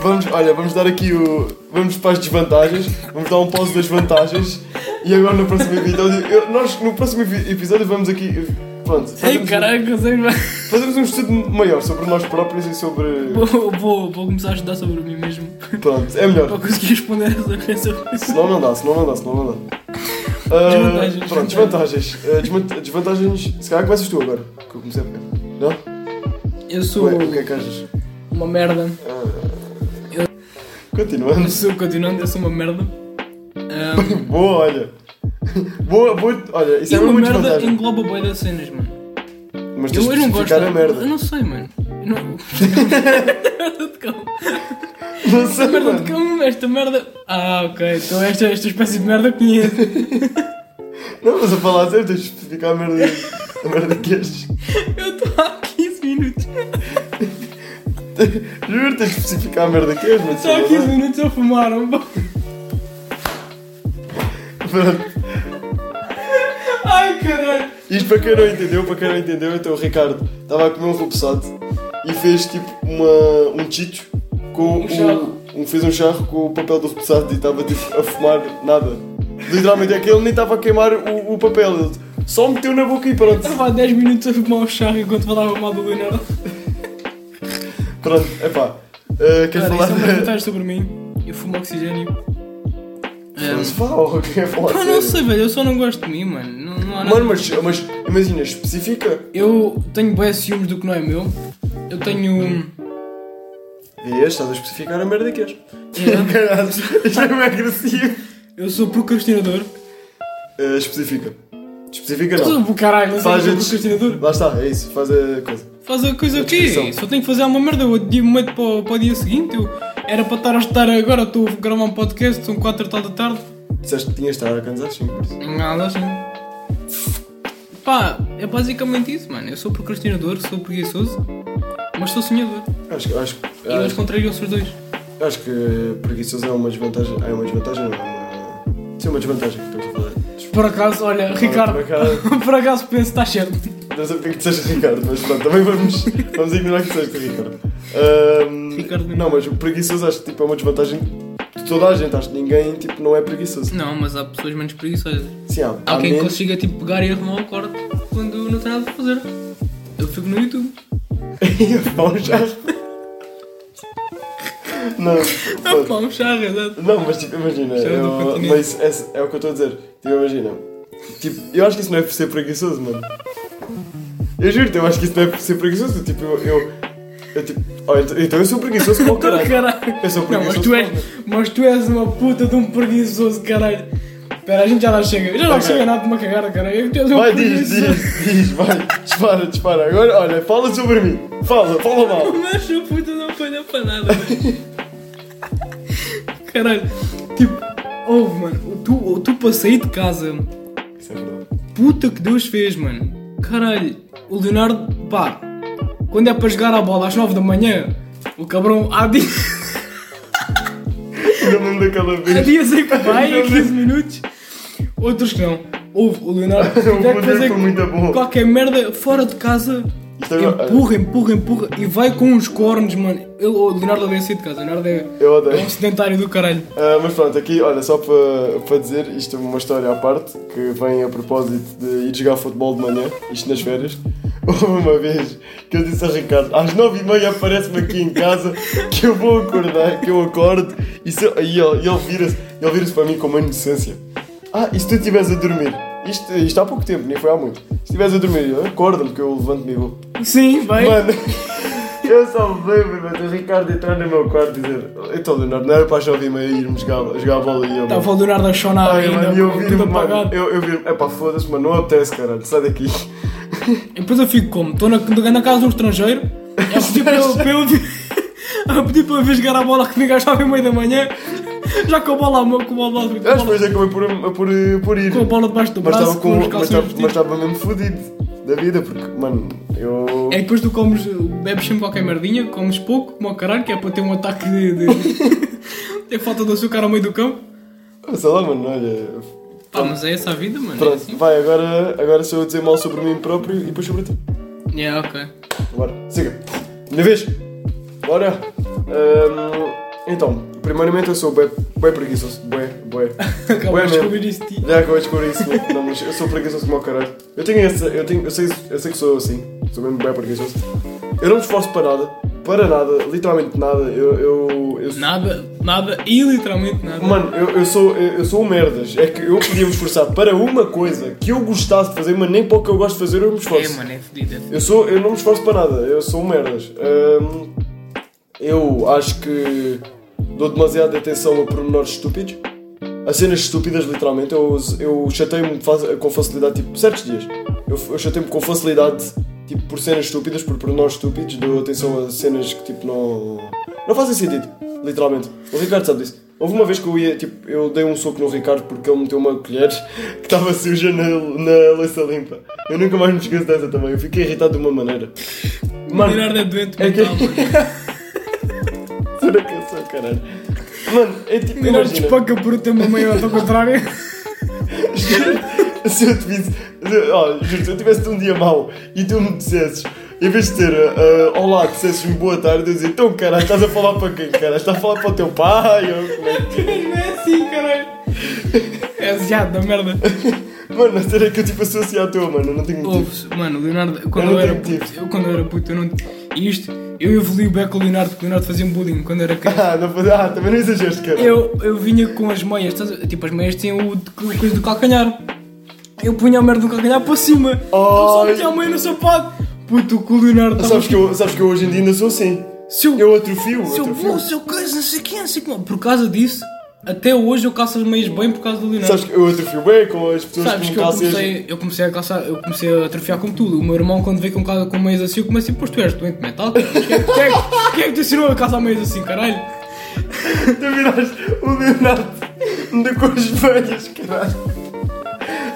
Speaker 2: vamos, olha, vamos dar aqui o. Vamos para as desvantagens, vamos dar um pause das vantagens e agora no próximo episódio. eu- nós no próximo epi- episódio vamos aqui. Pronto.
Speaker 1: Ai
Speaker 2: fazemos um-
Speaker 1: caraca, sei lá.
Speaker 2: Fazemos um estudo maior sobre nós próprios e sobre.
Speaker 1: Vou, vou, vou começar a estudar sobre mim mesmo
Speaker 2: Pronto, é
Speaker 1: para
Speaker 2: melhor.
Speaker 1: conseguir responder essa questão.
Speaker 2: Senão não dá, senão não dá, senão não dá. Ah,
Speaker 1: Desvantagens,
Speaker 2: pronto, desvantagens. Ah, desvan- desvantagens. Se calhar começas tu agora, que eu comecei a pegar. Não?
Speaker 1: Eu sou
Speaker 2: Ué, o que é que achas?
Speaker 1: uma merda.
Speaker 2: Continuando.
Speaker 1: Eu sou, continuando, eu sou uma merda. Ahm,
Speaker 2: Boa, olha. [laughs] Boa, boa. Olha, isso
Speaker 1: e
Speaker 2: é
Speaker 1: uma
Speaker 2: uma
Speaker 1: merda
Speaker 2: desvantagem.
Speaker 1: engloba boi das cenas, mano.
Speaker 2: Mas tens
Speaker 1: Eu, eu não
Speaker 2: de
Speaker 1: gosto.
Speaker 2: ficar a merda.
Speaker 1: Eu não sei, mano. Eu
Speaker 2: [laughs]
Speaker 1: Não. de cão.
Speaker 2: Não sei,
Speaker 1: Merda de
Speaker 2: mano.
Speaker 1: cão, esta merda. Ah, ok. Então esta, esta espécie de merda eu conheço.
Speaker 2: Não, mas a falar a sério, tens de ficar a merda. A merda que és.
Speaker 1: Eu estou há 15 minutos.
Speaker 2: Juro, tens de especificar a merda que és, mas
Speaker 1: Só há 15 minutos um eu fumaram.
Speaker 2: Pronto.
Speaker 1: [laughs] Ai caralho.
Speaker 2: Isto para quem não entendeu, para quem não entendeu, então o Ricardo estava a comer um rupesado e fez tipo uma, um chito com
Speaker 1: Um charro.
Speaker 2: um- fez um charro com o papel do rupesado e estava tipo a fumar nada. Literalmente aquele nem estava a queimar o, o papel, ele só meteu na boca e pronto.
Speaker 1: Estava há 10 minutos a fumar o charro enquanto falava mal do Leonardo.
Speaker 2: Pronto, epá. Uh,
Speaker 1: Cara,
Speaker 2: queres falar?
Speaker 1: isso é uma
Speaker 2: [laughs]
Speaker 1: vantagem sobre mim. Eu fumo oxigênio. Ahm,
Speaker 2: Mas fala, o que é falar?
Speaker 1: Pá, não
Speaker 2: sério?
Speaker 1: sei, velho, eu só não gosto de mim, mano. Não, não há nada.
Speaker 2: Mano, mas, mas imagina, especifica.
Speaker 1: Eu tenho bué ciúmes do que não é meu. Eu tenho. um-
Speaker 2: Vês, estás a especificar a merda que és.
Speaker 1: É.
Speaker 2: [laughs] Caralho, isto é meio agressivo.
Speaker 1: Eu sou procrastinador.
Speaker 2: Uh, especifica. Especifica
Speaker 1: Eu
Speaker 2: não.
Speaker 1: sou o caralho, não sei
Speaker 2: Faz
Speaker 1: que sou
Speaker 2: a des-
Speaker 1: um procrastinador.
Speaker 2: Lá está, é isso, faz a coisa.
Speaker 1: Faz a coisa
Speaker 2: A
Speaker 1: aqui.
Speaker 2: descrição.
Speaker 1: Só tenho que fazer uma merda, eu dia meto para, o- para o dia seguinte. Eu... Era para estar a estudar agora, estou a gravar um podcast, são 4 tal da tarde.
Speaker 2: Disseste que tinhas de estar alcançado 5 por isso.
Speaker 1: Nada assim. Pá, é basicamente isso, mano. Eu sou procrastinador, sou preguiçoso, mas sou sonhador.
Speaker 2: Acho, que- acho, que-
Speaker 1: E eles
Speaker 2: acho,
Speaker 1: contrariam-se os dois.
Speaker 2: acho que preguiçoso é uma desvantagem. É uma desvantagem, não é uma. Sim, uma desvantagem que estamos a falar.
Speaker 1: Por acaso, olha, Ricardo,
Speaker 2: por acaso.
Speaker 1: [laughs] por acaso penso, está certo.
Speaker 2: Não sei porque é que disseste Ricardo, mas pronto, também vamos, vamos ignorar que disseste Ricardo. Ahm,
Speaker 1: Ricardo não.
Speaker 2: não, mas o preguiçoso acho que tipo, é uma desvantagem de toda a gente. Acho que ninguém tipo, não é preguiçoso.
Speaker 1: Não, mas há pessoas menos preguiçosas.
Speaker 2: Sim, há,
Speaker 1: Há
Speaker 2: há
Speaker 1: quem
Speaker 2: menos.
Speaker 1: consiga tipo pegar e arrumar o corte quando não tem nada para fazer. Eu fico no YouTube.
Speaker 2: [laughs] Vão já. Não,
Speaker 1: Ah,
Speaker 2: pronto.
Speaker 1: pá, um charra, exato.
Speaker 2: não, mas tipo, imagina.
Speaker 1: Já
Speaker 2: eu-
Speaker 1: não continua.
Speaker 2: mas é, é o que eu estou a dizer. Tipo, imagina. Tipo, eu acho que isso não é por ser preguiçoso, mano. Eu juro-te, eu acho que isso não é por ser preguiçoso. Tipo, eu. eu, eu, tipo, oh, então- então eu sou preguiçoso
Speaker 1: [laughs]
Speaker 2: como o
Speaker 1: Então,
Speaker 2: caralho.
Speaker 1: caralho.
Speaker 2: Eu sou
Speaker 1: Não, mas
Speaker 2: preguiçoso
Speaker 1: tu, és,
Speaker 2: como-
Speaker 1: mas tu és uma puta de um preguiçoso, caralho. Espera, a gente já lá chega. Já lá
Speaker 2: Ok.
Speaker 1: chega, nada de uma cagada, caralho. Tu és um
Speaker 2: Vai, diz,
Speaker 1: preguiçoso.
Speaker 2: diz, diz, vai. Dispara, dispara. Agora, olha, fala sobre mim. Fala, fala mal.
Speaker 1: Mas [laughs] o puta não falha para nada,
Speaker 2: [laughs]
Speaker 1: velho. Caralho, tipo, ouve, mano, tu, tu para sair de casa,
Speaker 2: Isso é verdade.
Speaker 1: puta que Deus fez, mano. Caralho, o Leonardo, pá, quando é para jogar a bola às 9 da manhã, o cabrão há dias,
Speaker 2: Eu lembro daquela
Speaker 1: [laughs] há [laughs]
Speaker 2: vez.
Speaker 1: dias
Speaker 2: [laughs]
Speaker 1: em que vai, a 15 minutos, outros que não. Ouve, o Leonardo,
Speaker 2: [laughs] O
Speaker 1: tiver que
Speaker 2: poder foi muito bom.
Speaker 1: qualquer merda fora de casa,
Speaker 2: Isto agora-
Speaker 1: Empurra, empurra, empurra e vai com uns cornos, mano. Eu, o Leonardo odeia sair de casa. O Leonardo é,
Speaker 2: Eu odeio.
Speaker 1: é um sedentário do caralho.
Speaker 2: Ah, mas pronto, aqui, olha, só para para dizer, isto é uma história à parte, que vem a propósito de ir jogar futebol de manhã, isto nas férias. [laughs] Houve uma vez que eu disse a Ricardo, às nove e meia aparece-me aqui em casa, que eu vou acordar, que eu acordo, e, se, e ele, e ele vira-se ele vira para mim com uma inocência. Ah, e se tu estiveres a dormir? Isto, isto há pouco tempo, nem foi há muito. Se estiveres a dormir, eu acorda-me que eu levanto-me e vou.
Speaker 1: Sim, vai.
Speaker 2: Mano, [laughs] eu só me lembro mano, do Ricardo entrar no meu quarto e dizer: Então, Leonardo, não era para as 9 e meia irmos jogar, jogar bola e eu. mano."
Speaker 1: Estava o Leonardo a chonar
Speaker 2: Ai,
Speaker 1: Tá, ainda,
Speaker 2: mano, eu
Speaker 1: tudo
Speaker 2: vi-me, mano,
Speaker 1: apagado.
Speaker 2: eu, eu vi-me, epá, foda-se, mano, não apetece, caralho, sai daqui.
Speaker 1: E depois eu fico como? Estou na, na casa de um
Speaker 2: [laughs]
Speaker 1: estrangeiro, é pedir para eu- para eu. [laughs] A pedir para eu vir jogar a bola comigo às 9 e meia da manhã, já com a bola à mão, com a bola, com
Speaker 2: Eu
Speaker 1: a bola,
Speaker 2: depois acabei por, por, por ir.
Speaker 1: com a bola debaixo do
Speaker 2: Mas
Speaker 1: braço,
Speaker 2: estava
Speaker 1: com, os
Speaker 2: com- mas
Speaker 1: calções
Speaker 2: estava- mas
Speaker 1: vestidos.
Speaker 2: estava mesmo fodido da vida, porque, mano, eu.
Speaker 1: É que depois tu comes, bebes sempre qualquer merdinha, comes pouco, como ao caralho, que é para ter um ataque de.
Speaker 2: [laughs]
Speaker 1: de... ter falta de açúcar ao meio do campo.
Speaker 2: Sei lá, mano, olha.
Speaker 1: É Pá, mas é essa a vida, mano. É
Speaker 2: Pronto,
Speaker 1: assim.
Speaker 2: vai, agora, agora sou eu a dizer mal sobre mim próprio e depois sobre ti.
Speaker 1: Yeah, ok.
Speaker 2: Bora, siga. Minha vez. Bora. Ahm, então, primeiramente eu sou bué, bué preguiçoso. Bué, bué.
Speaker 1: [laughs] Acabou
Speaker 2: Bué
Speaker 1: de
Speaker 2: mesmo.
Speaker 1: descobrir isso tipo. de ti.
Speaker 2: Já acabei de descobrir isso, né? não, mas eu sou preguiçoso como ao caralho. Eu tenho essa, eu tenho, eu sei, eu sei que sou assim, sou mesmo bem preguiçoso. Eu não me esforço para nada, para nada, literalmente nada. Eu, eu, eu-
Speaker 1: Nada, nada, e literalmente nada.
Speaker 2: Mano, eu, eu sou, eu, eu sou um merdas. É que eu podia me esforçar para uma coisa que eu gostasse de fazer, mas nem para o que eu gosto de fazer eu me
Speaker 1: é,
Speaker 2: esforço.
Speaker 1: mano, é fedido. é fedido.
Speaker 2: Eu sou, eu não me esforço para nada, eu sou um merdas. Ahm, eu acho que dou demasiada atenção a pormenores estúpidos, a cenas estúpidas, literalmente. Eu, eu chateio-me fa- com facilidade, tipo, certos dias. Eu, eu chateio-me com facilidade, tipo, por cenas estúpidas, por pormenores estúpidos. Dou atenção a cenas que, tipo, não. não fazem sentido, literalmente. O Ricardo sabe disso. Houve uma vez que eu ia, tipo, eu dei um soco no Ricardo porque ele meteu uma colher [laughs] que estava suja na, na louça limpa. Eu nunca mais me esqueço dessa também. Eu fiquei irritado de uma maneira. [laughs]
Speaker 1: o Leonardo é doente
Speaker 2: é que-
Speaker 1: mental, mano.
Speaker 2: Será que eu sou, caralho? Mano, é tipo,
Speaker 1: O Leonardo
Speaker 2: imagina,
Speaker 1: despaca por o teu mamãe ao teu contrário.
Speaker 2: [laughs] se eu te visse, se- ó, juro, se eu tivesse um dia mau e tu me dissesses, em vez de ter ah, olá, dissesses-me boa tarde, eu dizia, então, caralho, estás a falar para quem, caralho? Estás a falar para o teu pai? Ou como é que-
Speaker 1: Não é assim, caralho. É asiado da merda.
Speaker 2: Mano, será que eu tipo associo à tua, mano? Eu Não tenho tipo, motivo.
Speaker 1: Ouves, mano, o Leonardo, quando
Speaker 2: Eu
Speaker 1: eu,
Speaker 2: não
Speaker 1: era
Speaker 2: tenho
Speaker 1: puto, eu, quando eu era puto, eu não. E isto, eu evolui bem com o Leonardo, porque o Leonardo fazia um bullying quando era criança.
Speaker 2: [laughs] Ah, não, ah, também não exageres, caralho.
Speaker 1: Eu, eu vinha com as meias, estás a- tipo, as meias tinham o, de- o coisa do calcanhar. Eu punha a merda do calcanhar para cima. Eu só
Speaker 2: Ai.
Speaker 1: metia a meia no sapato. Puto, o que o Leonardo
Speaker 2: Ah,
Speaker 1: estava.
Speaker 2: Sabes que, eu, sabes que eu hoje em dia ainda sou assim.
Speaker 1: Seu,
Speaker 2: Eu atrofio,
Speaker 1: seu
Speaker 2: atrofio.
Speaker 1: bom, seu coisa, não sei quem, não sei como. Por causa disso, até hoje eu calço as meias bem por causa do Leonardo.
Speaker 2: Sabes que eu atrofio bem com as pessoas
Speaker 1: Sabes
Speaker 2: que me
Speaker 1: que eu
Speaker 2: calças.
Speaker 1: comecei, eu comecei a calçar, eu comecei a atrofiar com tudo. O meu irmão quando veio com casa com meias assim, eu comecei, pois tu és doente mental, cara. Mas Quem é que- quem é que- quem é que te ensinou a calçar meias assim, caralho?
Speaker 2: Tu viraste o Leonardo de com as velhas, caralho.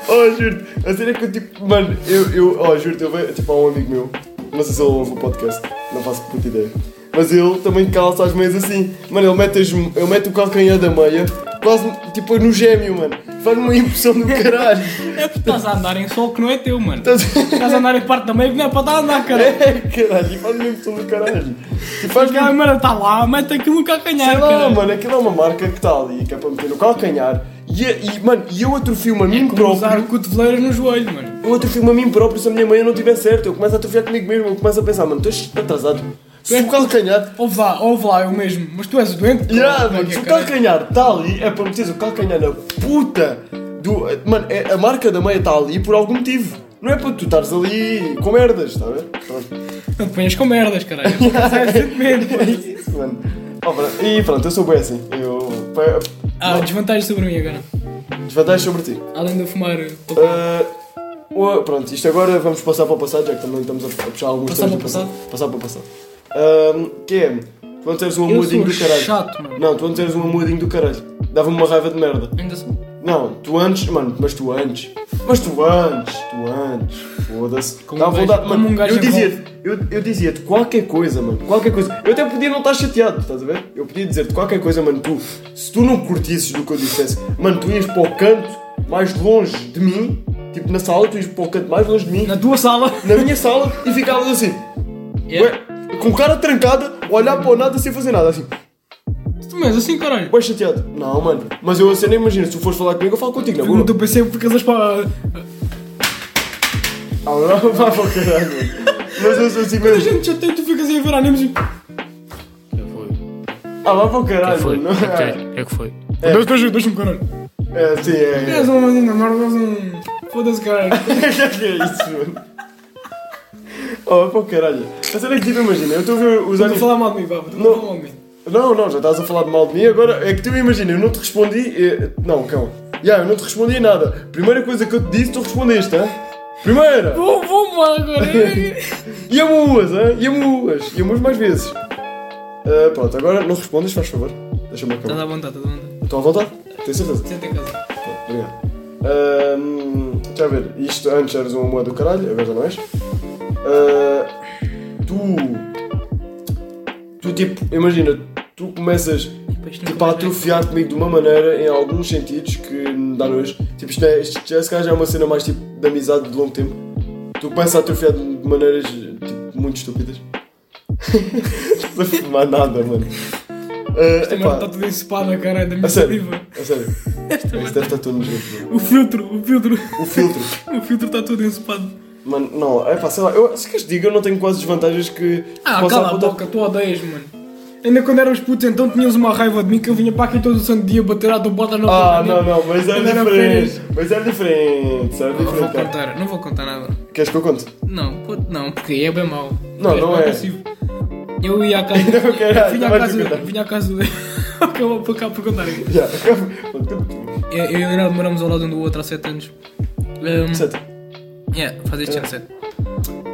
Speaker 2: Oh, juro-te. A cena é que eu, tipo, mano, eu, eu oh, juro-te, eu vejo, tipo, há um amigo meu, não sei se ele ouve o podcast, não faço puta ideia. Mas ele também calça as meias assim. Mano, ele mete, as, ele mete o calcanhar da meia, quase, tipo, no gêmeo, mano. Faz-me uma impressão do caralho.
Speaker 1: [laughs] É porque estás a andar em sol que não é teu, mano.
Speaker 2: Estás-
Speaker 1: Estás a andar em parte também que não é para estar a andar, cara.
Speaker 2: É, caralho, e faz-me uma impressão do caralho. E faz-me
Speaker 1: Aquela merda está tá lá, mete aquilo no calcanhar,
Speaker 2: Sei lá,
Speaker 1: cara.
Speaker 2: mano, aquilo é uma marca que está ali, que é para meter no calcanhar. E, e, mano, e eu atrofio-me a mim
Speaker 1: É Como usar
Speaker 2: próprio.
Speaker 1: o cotoveleiro no joelho, mano.
Speaker 2: Eu atrofio-me a mim próprio se a minha mãe não tiver certo. Eu começo a atrofiar comigo mesmo. Eu começo a pensar, mano, tu és atrasado. Se o um calcanhar.
Speaker 1: Ouve lá, ouve lá, eu mesmo. Mas tu és o doente?
Speaker 2: Yeah,
Speaker 1: Como é
Speaker 2: mano, tá-
Speaker 1: que
Speaker 2: se
Speaker 1: é,
Speaker 2: o
Speaker 1: cara?
Speaker 2: um calcanhar está ali, é para meteres o calcanhar na puta do. Mano, é- a marca da meia está ali por algum motivo. Não é para tu estares ali com merdas, está a ver? Pronto.
Speaker 1: Não te ponhas com merdas, caralho.
Speaker 2: [laughs]
Speaker 1: É sentimento,
Speaker 2: É
Speaker 1: pô.
Speaker 2: isso, mano. Oh, pronto. E pronto, eu sou bem assim. Eu.
Speaker 1: Ah, desvantagem sobre mim agora.
Speaker 2: Desvantagens sobre ti.
Speaker 1: Além de eu fumar, eh, papel.
Speaker 2: Ah, o- pronto, isto agora vamos passar para o passado, já que também estamos a a puxar alguns
Speaker 1: Passar
Speaker 2: temas
Speaker 1: para o
Speaker 2: do Passar para o passado. Ah, que é, tu não teres um
Speaker 1: eu
Speaker 2: amodinho
Speaker 1: sou
Speaker 2: do caralho.
Speaker 1: chato, mano.
Speaker 2: Não, tu não teres um amodinho do caralho. Dava-me uma raiva de merda.
Speaker 1: Ainda sou.
Speaker 2: Não, tu antes, mano, mas tu antes. Mas tu antes, tu antes. Foda-se.
Speaker 1: Como
Speaker 2: Dá
Speaker 1: um gajo-
Speaker 2: vontade, mano.
Speaker 1: como um gajo
Speaker 2: eu
Speaker 1: é
Speaker 2: dizia-te, eu, eu dizia-te qualquer coisa, mano. Qualquer coisa. Eu até podia não estar chateado, estás a ver? Eu podia dizer-te qualquer coisa, mano. Tu, se tu não curtisses do que eu dissesse, mano, tu ias para o canto mais longe de mim, tipo na sala, tu ias para o canto mais longe de mim,
Speaker 1: Na tua sala.
Speaker 2: na minha sala, e ficavas assim.
Speaker 1: Yeah.
Speaker 2: Ué, com cara trancada, a olhar para o nada sem fazer nada, assim.
Speaker 1: Tu mesmo, assim, caralho.
Speaker 2: Ué, chateado. Não, mano. Mas eu assim, nem imagino, se tu fores falar comigo, eu falo contigo, não é
Speaker 1: Pergunta ao PC porque eles para.
Speaker 2: Ah, não, [laughs] vá para o caralho. Mas eu sou assim
Speaker 1: A
Speaker 2: mesmo.
Speaker 1: gente já tem, tu ficas aí a ver animes e.
Speaker 3: Já foi.
Speaker 2: Ah, vá para o
Speaker 3: Já
Speaker 2: caralho.
Speaker 3: foi.
Speaker 2: Não. É,
Speaker 3: É que foi.
Speaker 1: Deus te ajuda,
Speaker 2: um
Speaker 1: deixa-me, caralho.
Speaker 2: é, sim, é.
Speaker 1: És um mandinho na merda, és um. Foda-se,
Speaker 2: [laughs]
Speaker 1: caralho.
Speaker 2: é. O que é que é isso, mano? Oh, vá para o caralho. A cena é que tipo, imagina, eu estou a ver os
Speaker 1: Estás a
Speaker 2: animes.
Speaker 1: falar mal de mim, pá. Estás a
Speaker 2: Não.
Speaker 1: falar mal de mim.
Speaker 2: Não, não, já estás a falar de mal de mim. Agora é que tu imagina, eu não te respondi. eh, Não, calma. Já, eu não te respondi nada. Primeira coisa que eu te disse, tu respondeste, hã? Primeira!
Speaker 1: Vou, vou mal agora.
Speaker 2: [laughs] E amo-as, hã? E amo-as. E amo-as mais vezes. Ah, pronto, agora não respondas, faz favor. Deixa-me acabar.
Speaker 1: Estás à vontade, estás à vontade.
Speaker 2: Estou à vontade? Tenho certeza.
Speaker 1: Senta em casa.
Speaker 2: Obrigado. Ahm, deixa eu Ehm, ver, isto antes eras uma moeda do caralho, agora já não és. Ah, tu. Tu tipo, imagina, tu começas
Speaker 1: Pá, isto
Speaker 2: tipo, a
Speaker 1: nunca mais
Speaker 2: atrofiar comigo de uma maneira em alguns sentidos que me dá nojo. Tipo, isto, é, isto já se calhar já é uma cena mais tipo de amizade de longo tempo. Tu começas a atrofiar de maneiras tipo, muito estúpidas. [laughs] Não estou a fumar nada, mano. Ah,
Speaker 1: Esta merda tá
Speaker 2: epá,
Speaker 1: está toda ensopada, caralho, da minha
Speaker 2: a sério,
Speaker 1: saliva.
Speaker 2: a sério. Isto deve estar todo nojento. mano.
Speaker 1: O filtro, o filtro,
Speaker 2: O filtro.
Speaker 1: [laughs] o filtro tá está todo ensopado.
Speaker 2: Mano, não, é pá, sei lá, eu, se queres digo, eu não tenho quase desvantagens que.
Speaker 1: Ah,
Speaker 2: possa
Speaker 1: cala a
Speaker 2: apontar.
Speaker 1: boca, tu odeias, mano. Ainda quando éramos putos, então tinhas uma raiva de mim que eu vinha para aqui todo o santo dia bater à tua bota na
Speaker 2: Ah,
Speaker 1: boca.
Speaker 2: não, não, mas é
Speaker 1: Quando era
Speaker 2: diferente. Mas é diferente, sabe?
Speaker 1: Não vou
Speaker 2: Diferente. cara.
Speaker 1: contar, não vou contar nada.
Speaker 2: Queres que eu conte?
Speaker 1: Não, pô, não, porque é bem mau.
Speaker 2: Não, não
Speaker 1: bem
Speaker 2: é.
Speaker 1: agressivo. Eu ia à casa.
Speaker 2: [laughs] Não, caralho,
Speaker 1: vinha à
Speaker 2: vais
Speaker 1: casa
Speaker 2: contar.
Speaker 1: dele. Vinha à casa [laughs] dele. Acabou por cá por contar. Eu
Speaker 2: Já, [laughs] acabou.
Speaker 1: eu e o Leonardo moramos ao lado um do outro há 7 anos. Um,
Speaker 2: Certo.
Speaker 1: Yeah, faz este
Speaker 2: É.
Speaker 1: ano 7.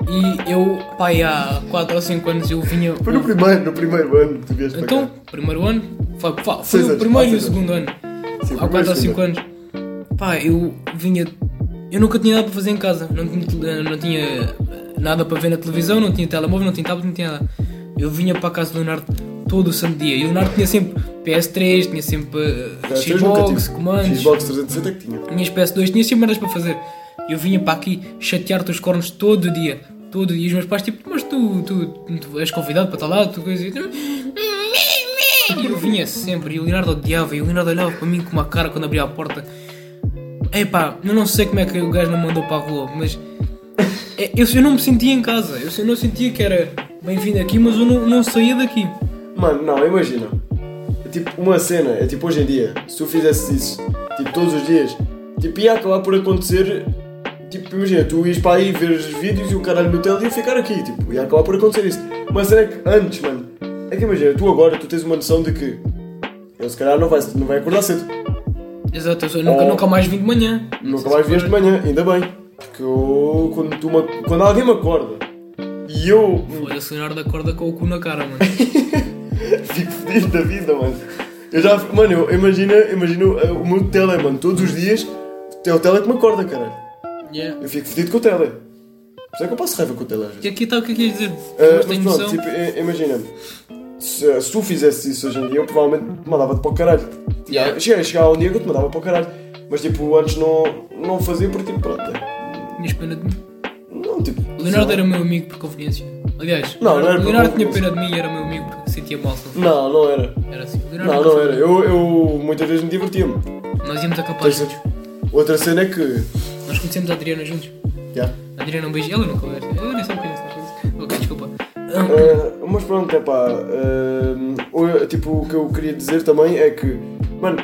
Speaker 1: E eu, pai, há 4 ou 5 anos eu vinha.
Speaker 2: Foi no primeiro, no primeiro ano que tu vieste
Speaker 1: Hum. Então,
Speaker 2: para cá.
Speaker 1: primeiro ano, foi, foi
Speaker 2: Seis
Speaker 1: o
Speaker 2: anos,
Speaker 1: primeiro
Speaker 2: há
Speaker 1: e o
Speaker 2: seis
Speaker 1: segundo ano,
Speaker 2: Sim,
Speaker 1: há
Speaker 2: primeiro
Speaker 1: 4 ou
Speaker 2: e segundo
Speaker 1: 5 anos. Pá, eu vinha. Eu nunca tinha nada para fazer em casa, não tinha, tele- não tinha eh, nada para ver na televisão, não tinha telemóvel, não tinha tablet, não tinha nada. Eu vinha para a casa do Leonardo todo o santo dia. E o Leonardo tinha sempre PS3, tinha sempre eh,
Speaker 2: Cara, três nunca
Speaker 1: Xbox,
Speaker 2: tive.
Speaker 1: comandos,
Speaker 2: Xbox 360 é que tinha.
Speaker 1: minha espécie 2 tinha sempre merdas para fazer. E Eu vinha para aqui chatear-te os cornos todo o dia. Todo o dia. E os meus pais, tipo, mas tu, tu, tu és convidado para estar lá, tu coisa. E eu, E eu vinha sempre. E o Leonardo odiava. E o Leonardo olhava para mim com uma cara quando abria a porta. Epá, eu não sei como é que o gajo não mandou para a rua, mas. é, Eu, eu não me sentia em casa. Eu, eu não sentia que era bem-vindo aqui, mas eu não, não saía daqui.
Speaker 2: Mano, não, imagina. É tipo uma cena, é tipo hoje em dia, se tu fizesse isso, tipo todos os dias, tipo ia acabar por acontecer. Tipo, imagina, tu ias para aí ver os vídeos e o caralho no tele ia ficar aqui, tipo, ia acabar por acontecer isso. Mas é que antes, mano, é que imagina, tu agora tu tens uma noção de que ele se calhar não vai, não vai acordar cedo,
Speaker 1: Exato, eu só- nunca,
Speaker 2: Oh.
Speaker 1: nunca mais vim de manhã.
Speaker 2: nunca mais vias de manhã, ainda bem. Porque eu, quando, tu me- quando alguém me acorda e eu
Speaker 1: Olha, o Leonardo acorda com o cu na cara, mano.
Speaker 2: fico feliz da vida, mano. Eu já. Mano, eu imagino, imagino eh, o meu tele, mano, todos os dias. É o tele que me acorda, caralho.
Speaker 1: Yeah.
Speaker 2: Eu fico fedido com o tele. Por isso é que eu passo raiva com o tele às vezes.
Speaker 1: E aqui está o que é que queres dizer?
Speaker 2: Ah,
Speaker 1: Mas
Speaker 2: mas
Speaker 1: tenho
Speaker 2: pronto,
Speaker 1: noção.
Speaker 2: tipo, i- imagina-me. Se, se tu fizesse isso hoje em dia, eu provavelmente te mandava-te para o caralho. Tipo,
Speaker 3: Yeah.
Speaker 2: Cheguei a chegar um dia que eu te mandava para o caralho. Mas tipo, antes não, não fazia porque tipo, pronto. é.
Speaker 1: Tinhas pena de mim.
Speaker 2: Não, tipo.
Speaker 1: O Leonardo
Speaker 2: sei lá.
Speaker 1: era meu amigo por conveniência. Aliás,
Speaker 2: Não, não era
Speaker 1: o
Speaker 2: por
Speaker 1: Leonardo tinha pena
Speaker 2: conveniência.
Speaker 1: de mim e era meu amigo porque sentia mal se não fosse.
Speaker 2: Não, não era.
Speaker 1: Era assim. O Leonardo
Speaker 2: Não,
Speaker 1: era
Speaker 2: não era. Eu, eu muitas vezes me divertia-me.
Speaker 1: Nós íamos a capaz juntos.
Speaker 2: Outra cena é que.
Speaker 1: Nós conhecemos a Adriana juntos.
Speaker 2: Yeah.
Speaker 1: A Adriana um beijo. Ela não conversa. Ela nem sabe quem é essa coisa. Ok, desculpa.
Speaker 2: Ah, mas pronto, é pá. ah, o- tipo, o que eu queria dizer também é que, mano,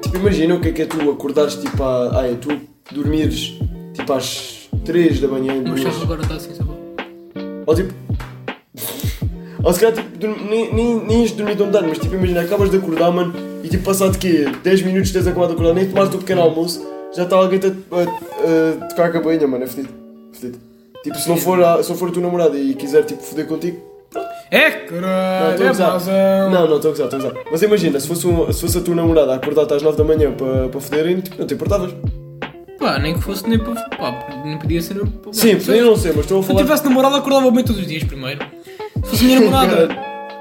Speaker 2: tipo, imagina o que é que é tu acordares, tipo, à, ai, tu dormires, tipo, às 3 da manhã,
Speaker 1: O meu
Speaker 2: duas.
Speaker 1: chave agora está assim, sabe?
Speaker 2: Ou tipo. [laughs] Ou se calhar, tipo, dorm- nem, nem, nem ias dormir de onde dar, mas tipo, imagina, acabas de acordar, mano, e tipo, passado quê? 10 minutos tens acabado de acordar, nem tomaste o pequeno almoço, já está alguém a, a, a tocar a campainha, mano, é fedido. Fedido. Tipo, se não for, a, se não for a tua namorada e quiser, tipo, foder contigo.
Speaker 1: É,
Speaker 2: Não,
Speaker 1: caralho,
Speaker 2: estou a
Speaker 1: é
Speaker 2: gozar.
Speaker 1: pausão.
Speaker 2: Não, não, estou a gozar, estou a gozar. Mas imagina, se fosse, um- se fosse a tua namorada a acordar-te às 9 da manhã para para foderem, tipo, não te importavas.
Speaker 1: Pá, nem que fosse nem para. Pá, nem podia ser. Pá,
Speaker 2: Sim,
Speaker 1: se
Speaker 2: eu não sei, mas estou a
Speaker 1: se eu
Speaker 2: falar.
Speaker 1: tivesse namorado, acordava bem todos os dias primeiro. Se fosse minha
Speaker 2: [laughs]
Speaker 1: namorada,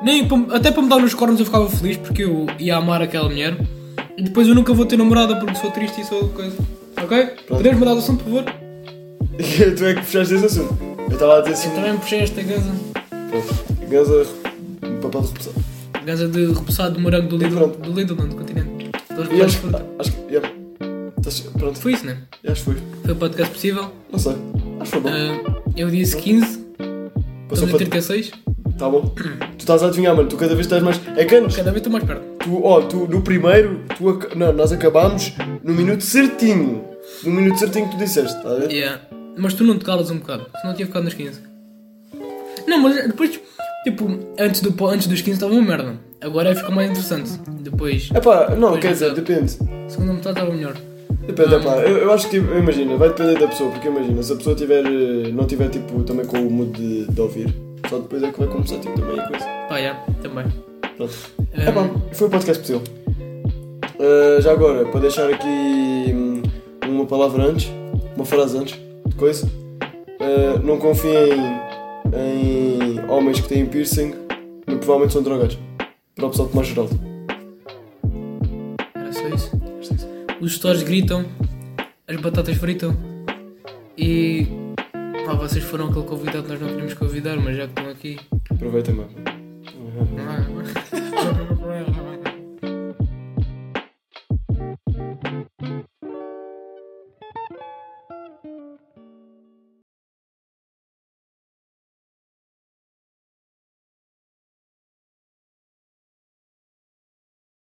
Speaker 1: nem para- até para me dar nos cornos eu ficava feliz porque eu ia amar aquela mulher. E depois eu nunca vou ter namorada porque sou triste e sou coisa. Ok? Podemos mudar de assunto, por favor?
Speaker 2: [laughs] tu é que puxaste esse assunto. Eu estava a dizer assim.
Speaker 1: Também puxei esta ganza.
Speaker 2: Pronto, ganza, papel de repressão.
Speaker 1: Ganza de repousado de morango do Lidl,
Speaker 2: pronto.
Speaker 1: do Lidl não, do continente. Dois reposados
Speaker 2: E
Speaker 1: de
Speaker 2: acho que.
Speaker 1: fruta.
Speaker 2: Acho que. Yeah. Estás- Pronto,
Speaker 1: Foi isso, né?
Speaker 2: acho que foi.
Speaker 1: Foi o podcast possível.
Speaker 2: Não sei. Acho que foi bom.
Speaker 1: Ah, eu disse 15, estamos a
Speaker 2: Passou para. ti.
Speaker 1: 36.
Speaker 2: Tá bom. Tu estás a adivinhar, mano. Tu cada vez estás mais. É que antes.
Speaker 1: Cada vez estou mais perto.
Speaker 2: Tu, ó, tu no primeiro. Tu ac- Não, nós acabámos no minuto certinho. No minuto certinho que tu disseste, está a ver?
Speaker 1: Yeah. Mas tu não te calas um bocado, senão eu tinha ficado nos 15. Não, mas depois, tipo, antes, do, antes dos 15 estava uma merda. Agora fica mais interessante. Depois,
Speaker 2: É pá, não,
Speaker 1: Pois
Speaker 2: quer
Speaker 1: não
Speaker 2: dizer,
Speaker 1: sabe.
Speaker 2: depende.
Speaker 1: segunda metade estava melhor.
Speaker 2: Depende, é pá. Eu, eu acho que, tipo, imagina, vai depender da pessoa, porque imagina, se a pessoa tiver, eh, não tiver, tipo, também com o mood de, de ouvir, só depois é que vai começar, tipo, também a coisa.
Speaker 1: Pá, yeah, também.
Speaker 2: Pronto.
Speaker 1: Um,
Speaker 2: É bom, foi o podcast possível. Uh, já agora, para deixar aqui hum, uma palavra antes, uma frase antes, de coisa. Uh, não confiem em homens que têm piercing, e provavelmente são drogados. Para o pessoal tomar geral.
Speaker 1: Era só isso. Os stories gritam, as batatas fritam e. Pá, vocês foram aquele convidado que nós não queríamos convidar, mas já que estão aqui.
Speaker 2: Aproveitem, mano.
Speaker 1: Não é?